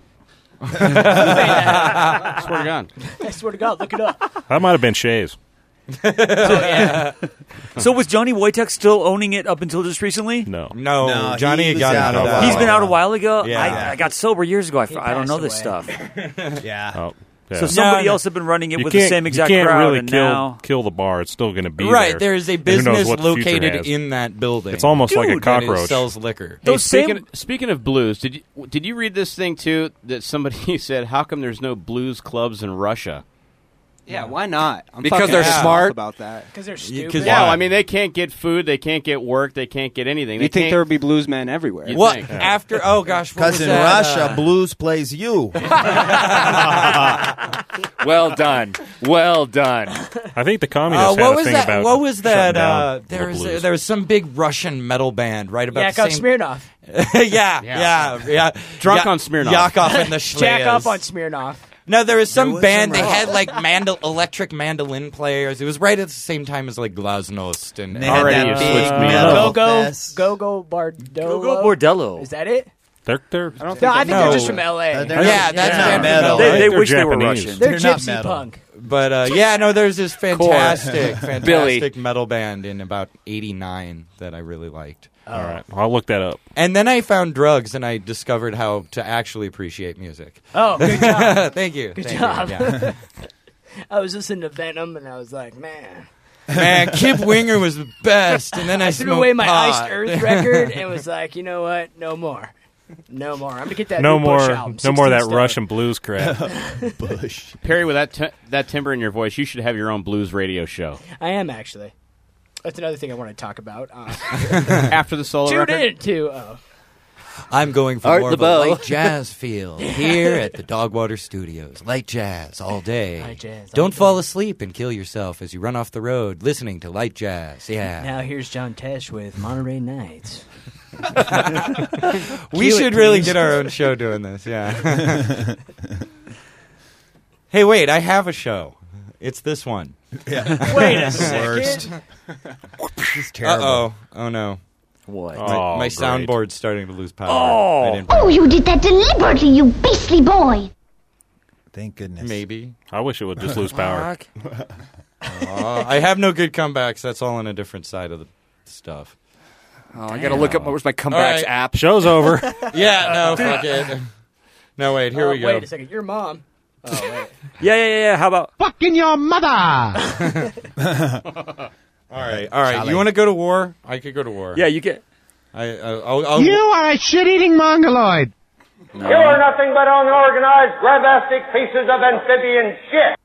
E: swear
F: to God.
E: I swear to God. Look it up.
L: That might have been Shays.
G: Oh, so was Johnny Wojtek still owning it up until just recently?
L: No,
D: no,
G: No,
D: Johnny
G: he
D: had
G: was
D: gotten
G: out
D: out,
G: of
D: of
G: that. He's been out a while ago?
D: Yeah.
G: I- I got sober years ago. I-
D: He
G: I don't know this
D: passed
G: stuff.
H: yeah.
D: Ah.
L: Oh, yeah.
G: So somebody else had been running it
L: You
G: with the
L: can't-
G: same exact
L: You can't
G: crowd,
L: really
G: and
L: kill
G: now
L: kill the bar. It's still going to be
D: Right,
L: There.
D: there is a
L: And who knows
D: business
L: what the future
D: located
L: has.
D: in that building.
L: It's almost like a
D: Dude, that is-
L: cockroach.
D: sells liquor.
F: Hey,
D: Those
F: speaking,
D: same-
F: speaking of blues, did you did you read this thing too that somebody said how come there's no blues clubs in Russia?
J: Yeah, why not? I'm
I: Because
J: fucking
I: they're
J: pissed off
I: smart.
J: about that.
E: 'Cause they're
J: stupid.
F: no, I mean they can't get food, they can't get work, they can't get anything.
J: you
F: They
J: think
F: can't-
J: there would be blues men everywhere?
F: You'd What? think. Yeah.
D: After oh gosh, what
H: because
D: was
H: in
D: that,
H: Russia,
D: uh,
H: blues plays you.
I: well done. Well done.
L: I think the
D: Uh,
L: communists
D: what
L: had a
D: was
L: thing
D: that?
L: about
D: what was
L: shutting
D: that?
L: down
D: Uh,
L: the
D: there was
L: blues.
D: there was some big Russian metal band right about
E: Yakov
D: the same.
E: Smirnoff.
D: yeah, yeah, yeah.
E: Drunk
D: Ya-
E: on Smirnoff.
D: Yakov and the Schleas.
E: Jack up on Smirnoff.
D: No, there was some
E: was
D: band.
E: some
D: they
E: rock.
D: had like mandol- electric mandolin players. It was right at the same time as like Glasnost and
H: They had Already that you big switched me metal
E: Go
H: up.
E: go
H: Fest.
E: go go Bardello.
D: Go-Go Bordello.
E: Is that it?
L: They're, they're,
E: I don't think, no, I think they're just from L.A.
D: yeah, that's
E: Yeah.
D: not metal.
G: They- I think they they're wish they were Japanese. Russian.
E: They're gypsy punk.
D: But uh, yeah, no, there's this fantastic,
G: Core.
D: fantastic metal band in about '89 that I really liked.
L: All right, I'll look that up.
D: And then I found drugs, and I discovered how to actually appreciate music.
E: Oh, good job.
D: Thank you.
E: Good
D: Thank you,
E: job.
D: yeah.
E: I was listening to Venom and I was like, man.
D: Man, Kip Winger was the best, and then I,
E: threw
D: smoked
E: away my
D: pot.
E: Iced Earth record and was like, you know what? No more. No more. I'm gonna get that
L: no
E: new
L: more,
E: Bush album,
L: no more
E: 16
L: that
E: stone.
L: Russian blues crap.
H: Bush.
F: Perry, with that t- that timbre in your voice, you should have your own blues radio show.
E: I am actually. That's another thing I want to talk about. Uh,
F: After the solo
E: tune
F: record?
E: in to uh,
D: I'm going for
E: Art
D: more of a
E: LeBeau.
D: light jazz feel here at the Dogwater Studios. Light jazz all day.
E: Light jazz all
D: Don't fall asleep and kill yourself as you run off the road listening to light jazz. Yeah.
E: Now here's John Tesh with Monterey Nights.
D: We
E: Cue it,
D: should really
E: please.
D: get our own show doing this. Yeah. hey, wait, I have a show. It's this one.
H: Yeah.
E: Wait a
H: Worst.
E: second.
H: This is
D: Uh
H: terrible.
D: oh. Oh no. What? My,
H: Oh,
D: my
H: great.
D: soundboard's starting to lose power. I
H: Oh.
D: didn't
O: Oh, you did that deliberately, you beastly boy.
H: Thank goodness.
D: Maybe.
L: I wish it would just lose power.
D: Aw, I have no good comebacks. That's all on a different side of the stuff.
I: Oh, I gotta look up my- where's my comebacks app.
L: Show's over.
D: yeah, no, fuck it. No, wait, here
E: Uh,
D: we go.
E: Wait a second. Your mom. Oh, wait.
D: Yeah, yeah, yeah. How about?
E: Fucking your mother.
D: all right, all right. You want to go to war? I could go to war.
G: Yeah, you get.
D: I, I, I'll,
C: Oh.
D: I'll,
P: are a shit-eating mongoloid.
D: No.
C: You are nothing but unorganized, grabastic pieces of amphibian shit.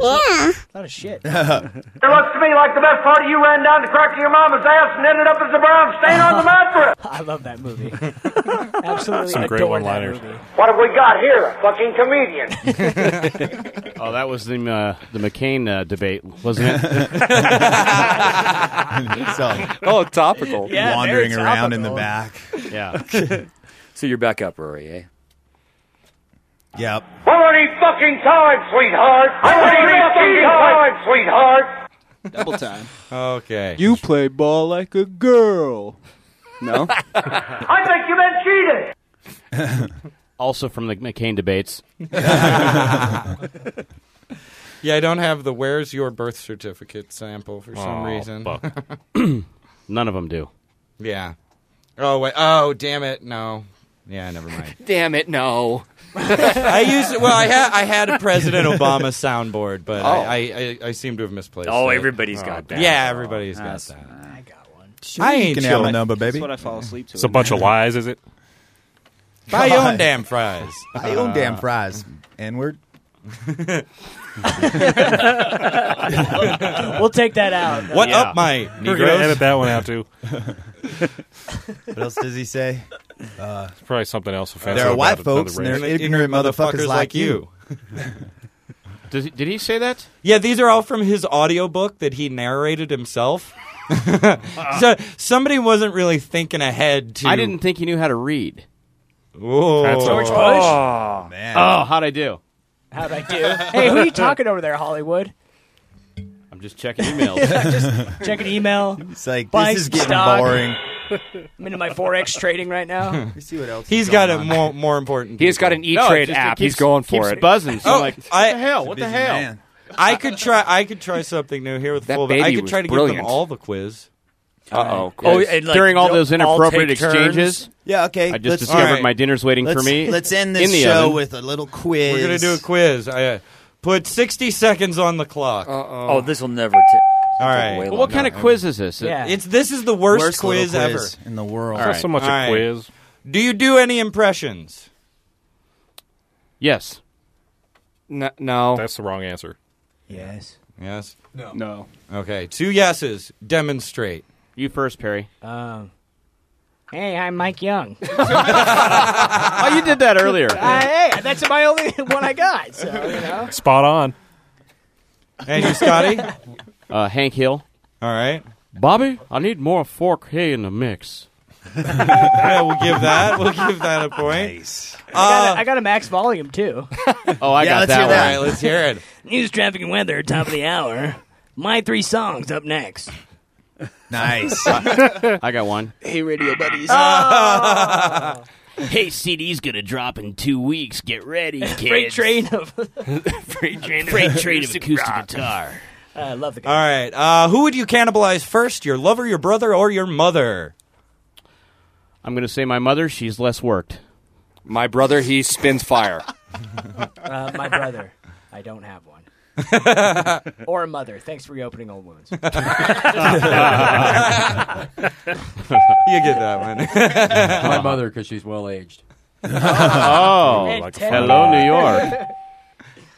O: Yeah.
E: A lot of shit.
C: It looks to me like the best part of you ran down the crack of your mama's ass and ended up as a brown stain on the mattress.
E: I love that movie. Absolutely
L: Some great
E: adore that
L: one-liners.
E: movie.
C: What have we got here? A fucking comedian.
F: Oh, that was the uh, the McCain uh, debate, wasn't it?
G: oh, topical.
F: Yeah,
H: Wandering very around in the topical. back.
G: Yeah. so you're back up, Rory, eh?
H: Yep.
C: We're already fucking tired, sweetheart. I'm already fucking tired, sweetheart.
J: Double time.
D: Okay.
J: You play
H: Oh,
J: ball like a girl. No.
C: I think you meant cheating.
F: also from the McCain debates.
D: Yeah, I don't have the where's your birth certificate sample for some
F: Aw,
D: reason.
F: fuck. None of them do.
D: yeah. Oh wait. Oh damn it. No. Yeah, never mind.
I: Damn it, Eh, no.
D: I used well. I had I had a President Obama soundboard, but
I: Oh.
D: I, I, I I seem to have misplaced.
G: Oh,
D: it.
G: everybody's got that.
D: Yeah, everybody's
G: Oh,
D: got
G: that's
D: that. I got one.
H: Sure,
D: I
H: you
D: ain't
H: can have a
D: children.
H: number, baby.
D: That's what I fall asleep to.
L: It's a bunch of lies, is it?
D: Buy your own
H: God.
D: damn fries.
H: Buy your own
D: Uh,
H: damn fries. N word.
E: We'll take that out.
D: What up, my
L: We're gonna
D: Negroes?
L: edit that one out too.
H: What else does he say? Uh,
L: It's probably something else offensive.
H: there are
L: about
H: white
L: another
H: folks and
L: race.
H: they're ignorant motherfuckers like you.
F: Does he, did he say that?
D: Yeah, these are all from his audiobook that he narrated himself. so somebody wasn't really thinking ahead to
F: I didn't think he knew how to read.
D: Whoa.
F: That's
E: George
F: a-
E: Bush? Oh, man.
F: Oh, how'd I do?
E: How'd I do? hey, who are you talking over there, Hollywood?
F: I'm just checking emails.
E: Just checking email.
H: It's like
E: buying
H: this is
E: some
H: getting
E: stock.
H: boring.
E: I'm into my forex trading right now.
H: You see what else?
D: He's got a more more important.
I: He's got an
F: E
D: people.
I: E-Trade app. He's going for it.
D: oh,
I: Oh,
D: I,
I: the hell? What the hell?
D: I could try. I could try something new here with
I: That
D: full.
I: baby
D: I could
I: was
D: try to give
I: brilliant.
D: them all the quiz.
I: Uh-oh,
D: All right.
I: quiz. Oh, and, like, During all those
D: they'll
F: inappropriate
D: take turns.
F: exchanges?
H: Yeah, okay.
F: I just discovered my dinner's waiting for
H: Let's-
F: me.
H: Let's end this
F: in the
H: show
F: oven.
H: with a little quiz.
D: We're gonna do a quiz. I, uh, put sixty seconds on the clock.
G: Oh, this will never. T-
D: all right.
G: way Well, what long. kind of quiz
F: is this?
G: Yeah.
D: It's this is the worst,
G: Worst little
D: quiz, ever
G: quiz in the world.
D: All
G: Not so much a
D: all right.
L: quiz.
D: Do you do any impressions?
F: Yes.
D: No. no.
L: That's the wrong answer.
E: Yes.
D: Yes.
K: No.
J: No.
D: Okay. Two yeses. Demonstrate.
F: You first, Perry.
E: Um, hey, I'm Mike Young.
F: oh, you did that earlier.
E: Uh, hey, that's my only one I got. So you know,
L: Spot on.
D: And you, Scotty?
F: uh, Hank Hill.
D: All right.
F: Bobby, I need more 4K in the mix.
D: yeah, we'll give that. We'll give that a point. Uh,
E: I, got a, I got a max volume too.
F: Oh, I got that one.
D: All right, let's hear it.
E: News, traffic, and weather. Top of the hour. My three songs up next.
H: Nice.
F: I got one.
E: Hey, radio buddies. Oh. hey, CD's gonna drop in two weeks. Get ready, Freight
Q: kids.
E: train of
Q: Freight train of
E: freight train of
Q: acoustic
E: acoustic
Q: rock.
E: guitar. I love the guy.
D: All right. Uh, who would you cannibalize first, your lover, your brother, or your mother?
F: I'm going to say my mother. She's less worked.
I: My brother, he spins fire.
E: Uh, my brother. I don't have one. or a mother. Thanks for reopening old wounds. you get
D: You get that one.
K: My mother, because she's well aged.
F: Oh,
K: And
F: like
K: ten-
F: hello, New York.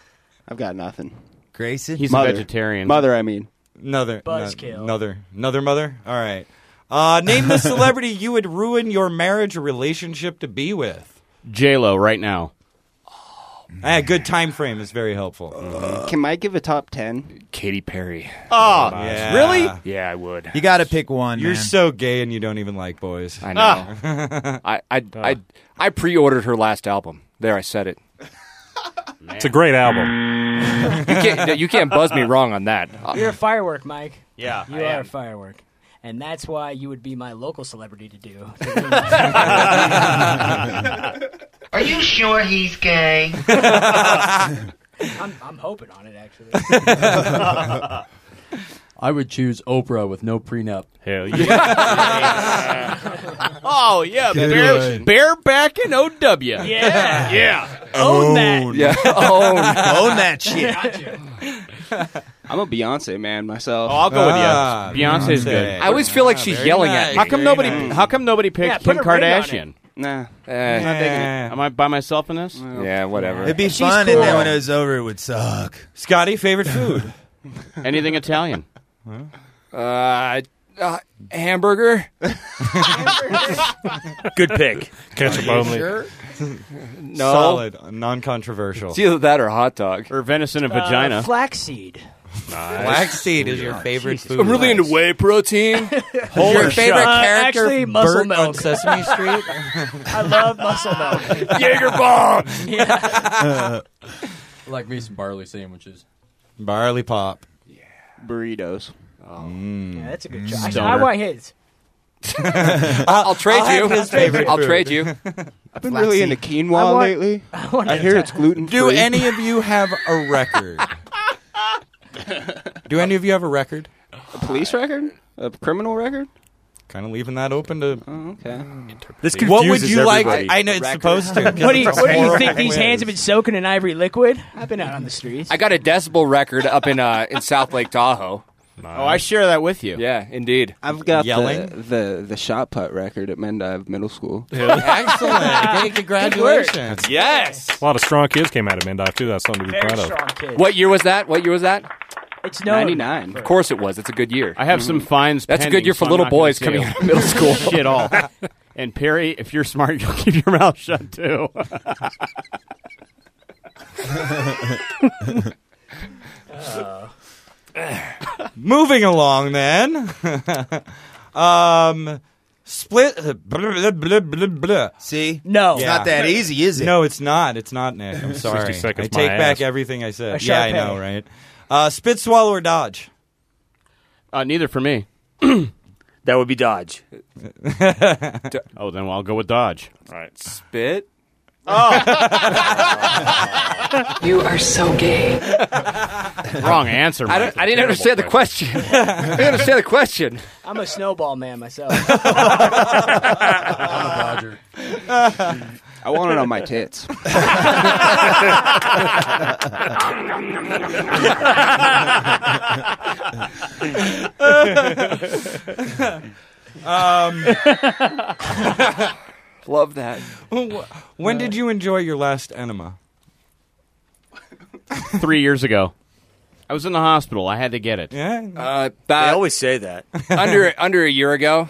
J: I've got nothing.
H: Grayson?
F: He's a vegetarian.
J: Mother, I mean.
D: Another.
J: Buzzkill.
D: Another. Another mother? All right. Uh, name the celebrity you would ruin your marriage or relationship to be with.
F: J Lo right now.
D: Ah, good time frame is very helpful.
J: Can Mike give a top 10?
I: Katy Perry.
F: Oh,
D: Yeah.
I: Yeah, I would.
H: You got to pick one.
D: You're
H: man.
D: so gay and you don't even like boys.
I: I know.
D: Ah.
I: I, I, I, I pre-ordered her last album. There, I said it.
L: It's a great album.
I: you can't, you can't buzz me wrong on that.
E: You're a firework, Mike.
I: Yeah,
E: You
I: I
E: are
I: am.
E: a firework. And that's why you would be my local celebrity to do.
R: Are you sure he's gay?
E: I'm, I'm hoping on it, actually.
K: I would choose Oprah with no prenup.
F: Hell
K: Oh, yeah, Good bare- one.
F: bareback and OW. Yeah,
E: Yeah.
F: yeah.
E: Own that.
J: Yeah.
D: Oh,
I: Own.
J: Own that
E: shit.
J: I'm a Beyonce man myself.
F: Oh, I'll go with you. Beyonce's good.
I: I always feel like she's yelling at me.
F: How come nobody? How come nobody picked
I: Yeah,
F: Kim
I: put a ring on it.
F: Kardashian?
J: Nah.
I: Eh.
F: Not digging it.
I: Am I by myself in this? Yeah, whatever.
F: It'd
H: be
I: She's
H: fun, and then
I: cool.
H: when it was over, it would suck.
D: Scotty, favorite food?
I: Anything Italian? uh, uh, hamburger.
G: Good pick.
D: Ketchup
I: Are you
D: only.
I: sure? no.
D: Solid, non-controversial.
I: It's either that or hot dog or venison and
D: Uh, vagina.
E: Flaxseed.
D: Flaxseed is your favorite
I: Jesus
D: food.
I: I'm really into whey protein.
D: Holy
I: your favorite
D: shit. Uh,
I: character
E: actually, muscle
I: Bert
E: milk.
I: on Sesame Street.
E: I love muscle milk.
I: Jaeger bombs.
K: I like me some barley sandwiches.
D: Barley pop. Mm.
J: Burritos.
I: Oh.
E: Yeah, that's a good
I: Mm.
E: choice. Actually, I
D: Stoner.
E: want his.
I: I'll, trade
D: I'll
I: you.
D: have his favorite
I: I'll
D: food.
I: trade you.
J: I've been really into quinoa
I: I want-
J: lately.
I: I
J: I,
I: want a-
J: hear it's gluten free.
D: Do any of you have a record? Do any of you have a record?
J: a police record? A criminal record? Oh,
D: Kind of leaving that open to.
J: okay.
D: This what would you like? I know it's
I: Record.
D: supposed to.
E: What do you, what do you think? These
I: Quiz.
E: hands have been soaking in ivory liquid. I've been out on the streets.
I: I got a decibel record up in uh, in South Lake Tahoe.
J: Oh, I
I: share that with you. Yeah, indeed.
J: I've got
I: Yelling?
J: The, the the shot put record at Mendive Middle School.
D: Excellent. Hey, congratulations.
I: Yes.
L: A lot of strong kids came out of Mendoff too. That's something to be
E: Very
L: proud of.
E: strong kid.
I: What year was that? What year was that?
E: It's known.
I: Of course it was. It's a good year.
E: I have some
I: fines. Mm. That's a
E: pending,
I: good year
E: so
I: for
E: I'm
I: little
E: not gonna
I: boys
E: say
I: coming
E: it.
I: out of middle school. Uh,
E: Shit all.
I: And Perry, if you're smart, you'll keep your mouth shut too.
D: Moving along, then. um, split. Blah, blah, blah, blah.
H: See,
E: no,
H: It's not that easy, is it?
D: No, it's not. It's not, Nick. I'm
H: 60
D: sorry.
H: seconds,
D: I take
H: my
D: back
H: ass.
D: everything I said.
H: A
D: Yeah, I
H: Sharpay.
D: know, right? Uh, spit, swallow, or dodge.
I: Uh, neither for me.
G: that would be Dodge.
I: oh, then I'll go with Dodge. Oh.
D: All right.
I: Spit.
S: You are so gay.
I: Wrong answer. I, don't,
S: Mike.
I: I didn't
S: Terrible
I: understand the
S: thing.
I: question. I didn't understand the question.
E: I'm a snowball man myself.
K: I'm
E: a
K: Dodger.
J: I want it on my tits.
E: Oh,
D: um,
I: Love that.
D: When did you enjoy your last enema?
I: Three years ago. I was in the hospital. I had to get it.
D: Yeah.
I: Uh, about
G: They always say that.
I: under under a year ago,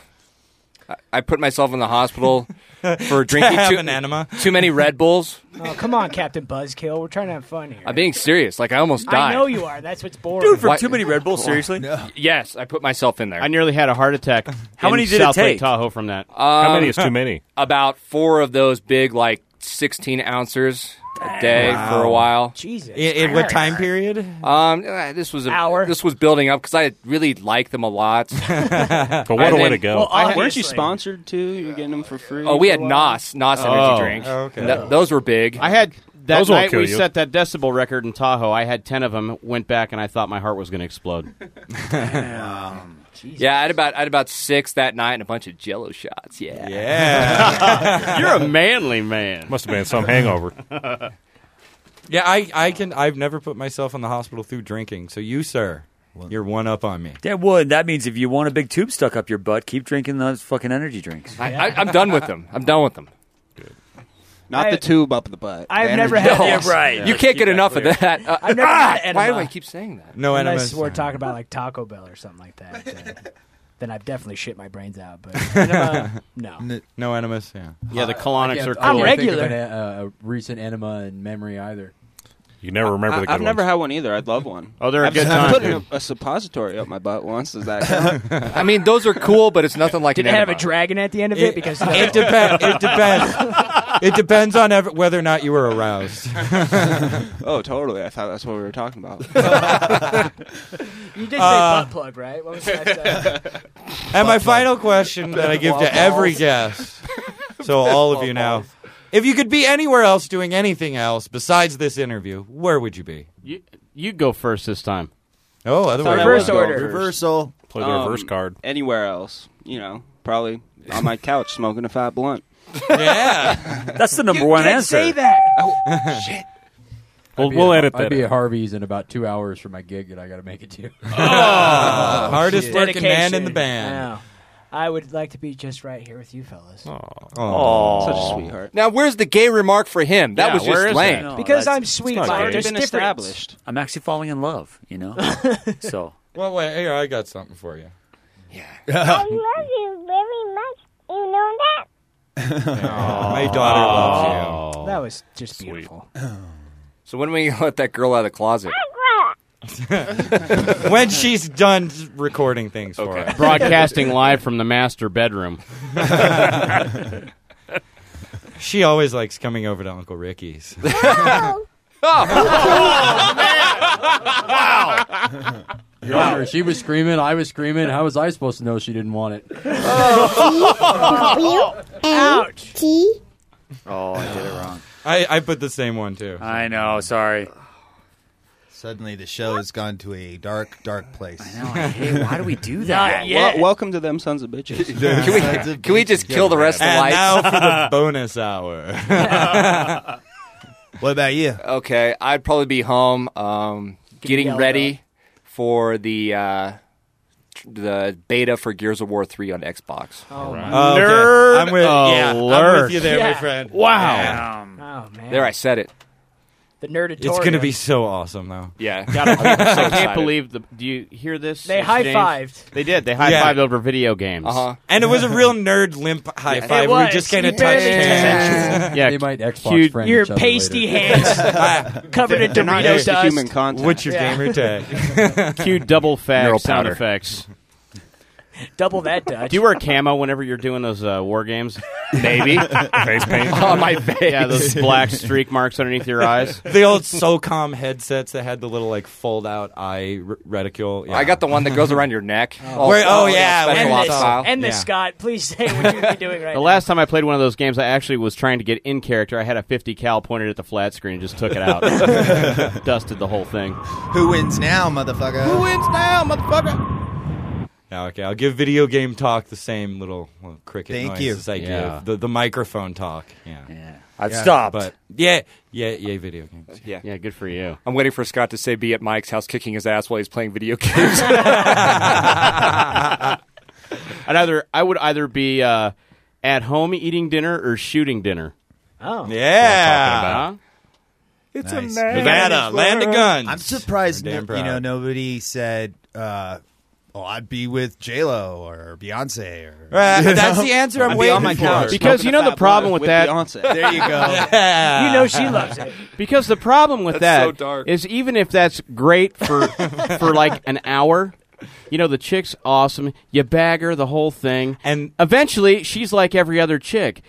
I: I, I put myself in the hospital for
D: To
I: drinking
D: have
I: too,
D: an enema.
I: too many Red Bulls.
E: oh, come on, Captain Buzzkill. We're trying to have fun here.
I: I'm being serious. Like I almost died.
E: I know you are. That's what's boring.
I: Dude, from Why- too many Red
G: Bulls, seriously?
I: Yes, I put myself in there.
T: I nearly had a heart attack.
I: How
T: in
I: many did it
T: South Lake
I: take?
T: Tahoe from that.
D: Uh,
I: Um,
L: many?
I: About four of those big, like sixteen ounces a day
D: Wow.
I: for a while.
E: Jesus.
D: In, in what time period?
I: Um, eh, this was a, hour. This was building up because I really liked them a lot. but
L: what a way to go. Well,
I: uh,
J: Weren't you sponsored too? You're getting them for free.
I: Oh, we
J: for a
I: had
J: while?
I: Nos, Nos
J: Oh.
I: energy drink. Th- those were big.
T: I had that
I: Those won't
T: night
I: kill
T: we
I: you.
T: set that decibel record in Tahoe. I had ten of them. Went back and I thought my heart was going to explode.
H: Oh,
I: Yeah, I had about I had about six that night and a bunch of Jello shots. Yeah,
T: You're a manly man.
L: Must have been some hangover.
D: Yeah, I, I can. I've never put myself in the hospital through drinking. So you, sir, you're one up on me.
G: That would. That means if you want a big tube stuck up your butt, keep drinking those fucking energy drinks.
I: I, I, I'm done with them. I'm done with them.
J: Not
G: I-
J: the tube up the butt.
E: I've
J: The
E: never
J: energy
E: had-
J: drinks.
E: Yeah, right.
I: You
J: Let's
I: can't
J: keep
I: get enough
J: clear.
I: of that. Uh,
E: I've never had
I: ah,
E: enema.
I: Why do I keep saying that?
D: No
E: Unless
D: enemas.
E: we're talking about like Taco Bell or something like that. then- Then I've definitely shit my brains out, but enema, no.
D: no enemas. Yeah.
T: Yeah, the
K: I
T: colonics
K: can't-
T: are
K: I
T: cool.
K: can't Think of an, uh, a recent enema in memory either.
L: You never remember
K: the
J: I, I've
K: good
J: never had one either. I'd love one.
T: Oh, they're a
J: I've,
T: good
J: I've
T: time,
J: put
T: dude.
J: a, a suppository up my butt once. Is that? count?
I: I mean, those are cool, but it's nothing like
E: Did
I: an
E: it have a
I: enema.
E: dragon at the end of it? Because
D: it depends. It depends. It depends on ev- whether or not you were aroused.
J: oh, totally. I thought that's what we were talking about.
E: You did say
D: Uh,
E: butt plug, right? What was that? uh,
D: And my final question that I give
E: Wall
D: to every
E: balls.
D: guest, so all of you now, if you could be anywhere else doing anything else besides this interview, where would you be?
T: You, you go first this time.
D: Oh, otherwise
H: Reversal.
L: Play the
E: Um,
L: reverse card.
J: Um, Anywhere else, you know, probably on my couch smoking a fat blunt.
G: Yeah. That's the number You one can't say answer. that.
J: Oh, shit.
L: We'll,
K: I'd be
L: we'll
K: at-
L: edit that.
K: I'd be
L: out.
K: at Harvey's in about two hours for my gig that I got to make it to.
D: hardest
K: shit.
D: working man in the band.
E: Wow. I would like to be just right here with you fellas.
I: Aww.
J: Such a sweetheart.
I: Now, where's the gay remark for him? That
G: Yeah,
I: was
G: where
I: just
G: is
I: lame.
G: that? No,
E: Because
G: that's-
E: I'm
G: it's
E: sweet,
G: not
E: Mark.
G: gay.
E: There's
G: Been
E: difference.
J: established.
G: I'm actually falling in love, you know? so.
D: Well, wait, here, I got something for you.
U: I love you very much. You know that?
D: My daughter loves you.
E: That was just beautiful.
I: So when are we gonna let that girl out of the closet?
D: when she's done recording things for us.
F: Broadcasting live from the master bedroom.
D: she always likes coming over to Uncle Ricky's.
B: Wow.
K: Your Honor, she was screaming. I was screaming. How was I supposed to know she didn't want it?
B: Oh.
U: Ouch. T.
G: Oh, I did it wrong.
D: I, I put the same one too.
G: I know. Sorry.
H: Suddenly, the show has gone to a dark, dark place. I know.
G: I hate- why do we do
J: Wel- welcome to them sons of bitches.
I: Can we- Sons of can we just bitches. kill the rest of the
D: and
I: lights?
D: now for the bonus hour.
H: what about you?
I: Okay, I'd probably be home, um, getting
D: yelled
I: ready for the uh, tr- the beta for Gears of War three on Xbox.
E: Oh, my
D: Oh, okay.
I: Nerd
D: I'm with, yeah, I'm
I: alert.
D: with you there, my
E: Yeah.
D: friend.
I: Wow.
D: Damn.
E: Oh man,
I: There, I said it.
E: the nerd.
D: It's going to be so awesome, though.
I: Yeah.
F: Gotta- I can't believe the. Do you hear this?
E: They
F: James?
E: high-fived.
F: They did. They high fived over video games.
D: Uh-huh. And it was a real nerd limp high
F: Yeah.
D: five.
F: It
D: We were
F: was.
D: just kind
F: You
D: of touched
F: barely
D: hands.
F: touched. Yeah. They might Xbox
D: huge-
F: friend
E: Your pasty hands covered in
D: They're not
E: Dorito
D: used to
E: dust.
D: human contact. What's your gamer tag?
F: Cue double
D: Neural
F: fag sound
D: powder.
F: effects.
E: Double that, Dutch.
F: Do you wear camo whenever you're doing those uh, war games?
I: Maybe.
F: face
I: paint. On my face.
F: Yeah, those black streak marks underneath your eyes.
D: the old SOCOM headsets that had the little like fold out eye r- reticule.
I: I got the one that goes around your neck.
D: Oh, Where- oh, yeah,
I: special
D: and
I: ops
D: this-
I: style.
E: End this,
F: Yeah.
E: Scott. Please say what you've been doing right
F: The last time I played one of those games, I actually was trying to get in character. I had a 50 cal pointed at the flat screen and just took it out. Dusted the whole thing.
H: Who wins now, motherfucker?
F: Who wins now, motherfucker?
D: Yeah, okay, I'll give video game talk the same little, little cricket
H: Thank
D: noise
H: you.
D: as I give
H: Yeah.
D: the, the microphone talk. Yeah,
G: I've stopped.
D: But yeah, yeah, yeah, video games.
I: Yeah.
F: yeah, good for you.
I: I'm waiting for Scott to say be at Mike's house kicking his ass while he's playing video games.
F: I'd either I would either be uh, at home eating dinner or shooting dinner.
E: Oh.
F: Yeah.
H: It's
F: a man. Nevada, land of guns.
H: I'm surprised,
F: We're damn
H: no- you know,
F: proud.
H: nobody said, uh, "Oh, I'd be with J Lo or Beyonce." Or
D: Right,
H: you
D: that's
H: know?
D: the answer I'm I'd be waiting on my for. couch
F: Because you know the problem with, that.
H: There you go.
D: Yeah.
E: You know she loves it.
F: Because the problem with
E: That's
F: that
E: so
F: is
E: dark.
F: even if that's great for for like an hour, you know the chick's awesome. You bag her the whole thing, and eventually she's like every other chick.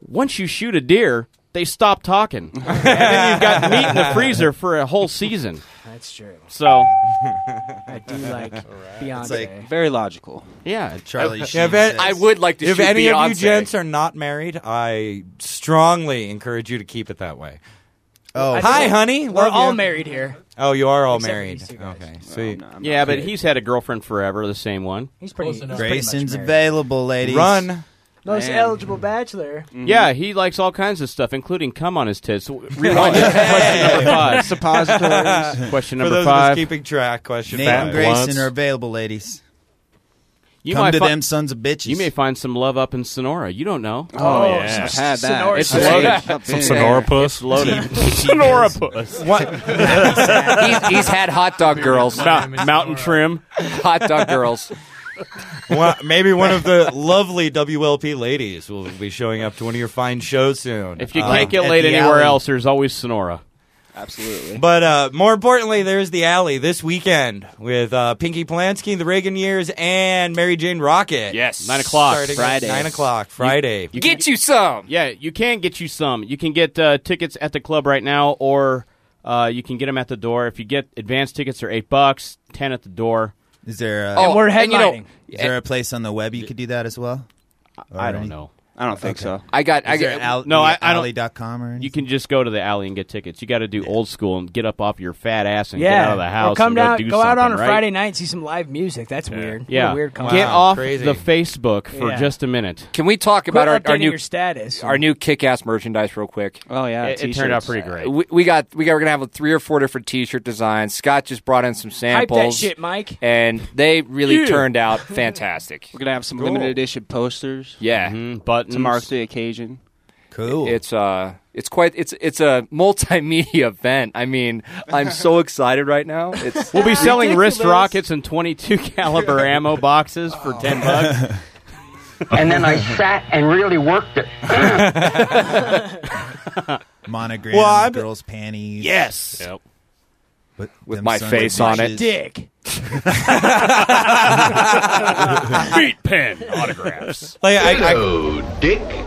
F: Once you shoot a deer, they stop talking, and then you've got meat in the freezer for a whole season.
E: That's true.
F: So
E: I do like Beyonce.
H: It's like-
J: Very logical.
F: Yeah,
H: Charlie
D: I-
H: Sheen
D: if it-
H: says-
I: I would like to
D: If
I: shoot
D: any of you
I: Beyonce.
D: gents are not married, I strongly encourage you to keep it that way.
H: Oh,
D: hi, honey.
E: We're
D: Love
E: all
D: you.
E: married here.
D: Oh, you are all
E: Except for
D: married.
E: these two guys.
D: Okay, sweet.
F: yeah, but he's had a girlfriend forever, the same one.
E: He's pretty. He's pretty
H: Grayson's
E: much married.
H: available, ladies.
D: Run.
E: Most
F: Man. Mm-hmm.
E: eligible bachelor.
F: Yeah, he likes all kinds of stuff, including cum on his tits. Rewind to question number five.
D: Suppositories.
F: Question
D: For
F: number
D: those of us
F: five.
D: keeping track, question
F: Nate
D: five.
F: and
H: Grayson
F: Once.
H: are available, ladies.
F: You
H: Come
F: might
H: to
F: fi-
H: them, sons of bitches.
F: You may find some love up in Sonora. You don't know.
D: Oh, Oh, yeah. some I've had that. Sonora
F: It's
D: puss.
F: loaded.
D: Some Some Sonora puss.
F: It's loaded.
D: Sonora
F: puss.
D: What?
I: he's, he's had hot dog girls,
F: mountain trim,
I: hot dog girls.
D: Well, maybe one of the lovely WLP ladies will be showing up to one of your fine shows soon. Uh,
F: If you can't get laid anywhere else, there's always Sonora.
J: Absolutely.
D: But uh, more importantly, there's the alley this weekend with uh, Pinky Polanski, The Reagan Years, and Mary Jane Rocket.
F: Yes. Nine o'clock.
D: Starting at
F: Friday.
D: Nine o'clock Friday.
I: get you some.
F: Yeah, you can get you some. You can get uh, tickets at the club right now, or uh, you can get them at the door. If you get advance tickets, they're eight bucks, ten at the door.
H: Is there? A,
I: Oh, And we're and you know- headlining.
H: is there a place on the web you could do that as well?
F: I don't know.
J: I don't think so.
F: I got.
J: I
F: got
J: got- al-
F: no.
J: the
F: I, I don't.
H: alley.com or
F: you can just go to the alley and get tickets. You got to do old school and get up off your fat ass and
E: yeah,
F: get out of the house.
E: Or come
F: and
E: down,
F: go, do
E: go out on a
F: something, right?
E: Friday night, and see some live music. That's weird. What a
F: Yeah,
E: weird.
F: get
E: concept.
F: off the Facebook for
E: Yeah.
F: just a minute.
I: Can we talk
E: Quit
I: about our, our
E: updating
I: new
E: your status.
I: Our new kick-ass merchandise, real quick.
J: Oh yeah,
F: It- it turned out pretty great.
I: We, we got we got we're gonna have three or four different T-shirt designs. Scott just brought in some
E: Hype
I: samples.
E: that shit, Mike.
I: and they really
E: Yeah.
I: turned out fantastic.
J: We're gonna have some
I: Cool.
J: limited edition posters.
I: Yeah,
F: Mm-hmm. buttons
J: to mark the occasion.
H: Cool.
I: It's uh, it's quite it's it's a multimedia event. I mean, I'm so excited right now. It's
F: We'll be selling wrist rockets and 22 caliber ammo boxes for 10 bucks.
Q: Oh. And then I sat and really worked it.
H: Monogram,
Q: Well, I've-
H: girls' panties.
Q: Yes.
L: Yep.
H: With,
I: With
H: them
I: my
H: sons
I: face
H: of
I: on it.
H: bitches.
E: Dick.
Q: Meat pen autographs.
D: Like, I- I-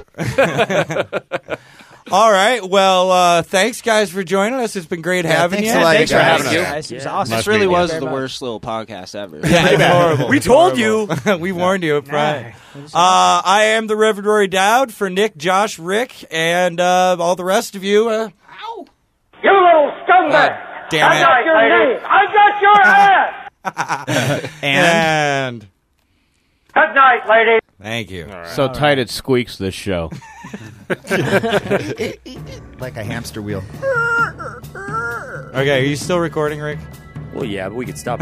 D: All right. Well, uh, thanks guys for joining us. It's been great having
J: thanks
D: you.
J: a lot, Thanks for guys. having us.
D: Thank you.
J: Guys, it was awesome. This really was the worst little podcast ever.
D: Yeah,
J: Pretty
D: it's
J: bad.
D: horrible.
J: We
D: It's
J: told
D: horrible. we warned you up front. Uh, I am the Reverend Rory Dowd for Nick, Josh, Rick, and uh, all the rest of you. Uh, Ah,
C: You little scumbag!
D: damn it.
C: I got your ass!
D: and
C: Good night, lady.
D: thank you.
F: So tight it squeaks this show.
H: like a hamster wheel.
D: Okay, are you still recording, Rick?
I: Well, yeah, but we could stop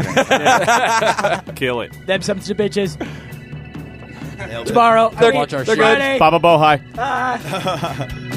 L: Kill it.
E: Them sons of bitches. Tomorrow, I mean, Ah. Friday.
F: Baba Bohai.
E: Bye.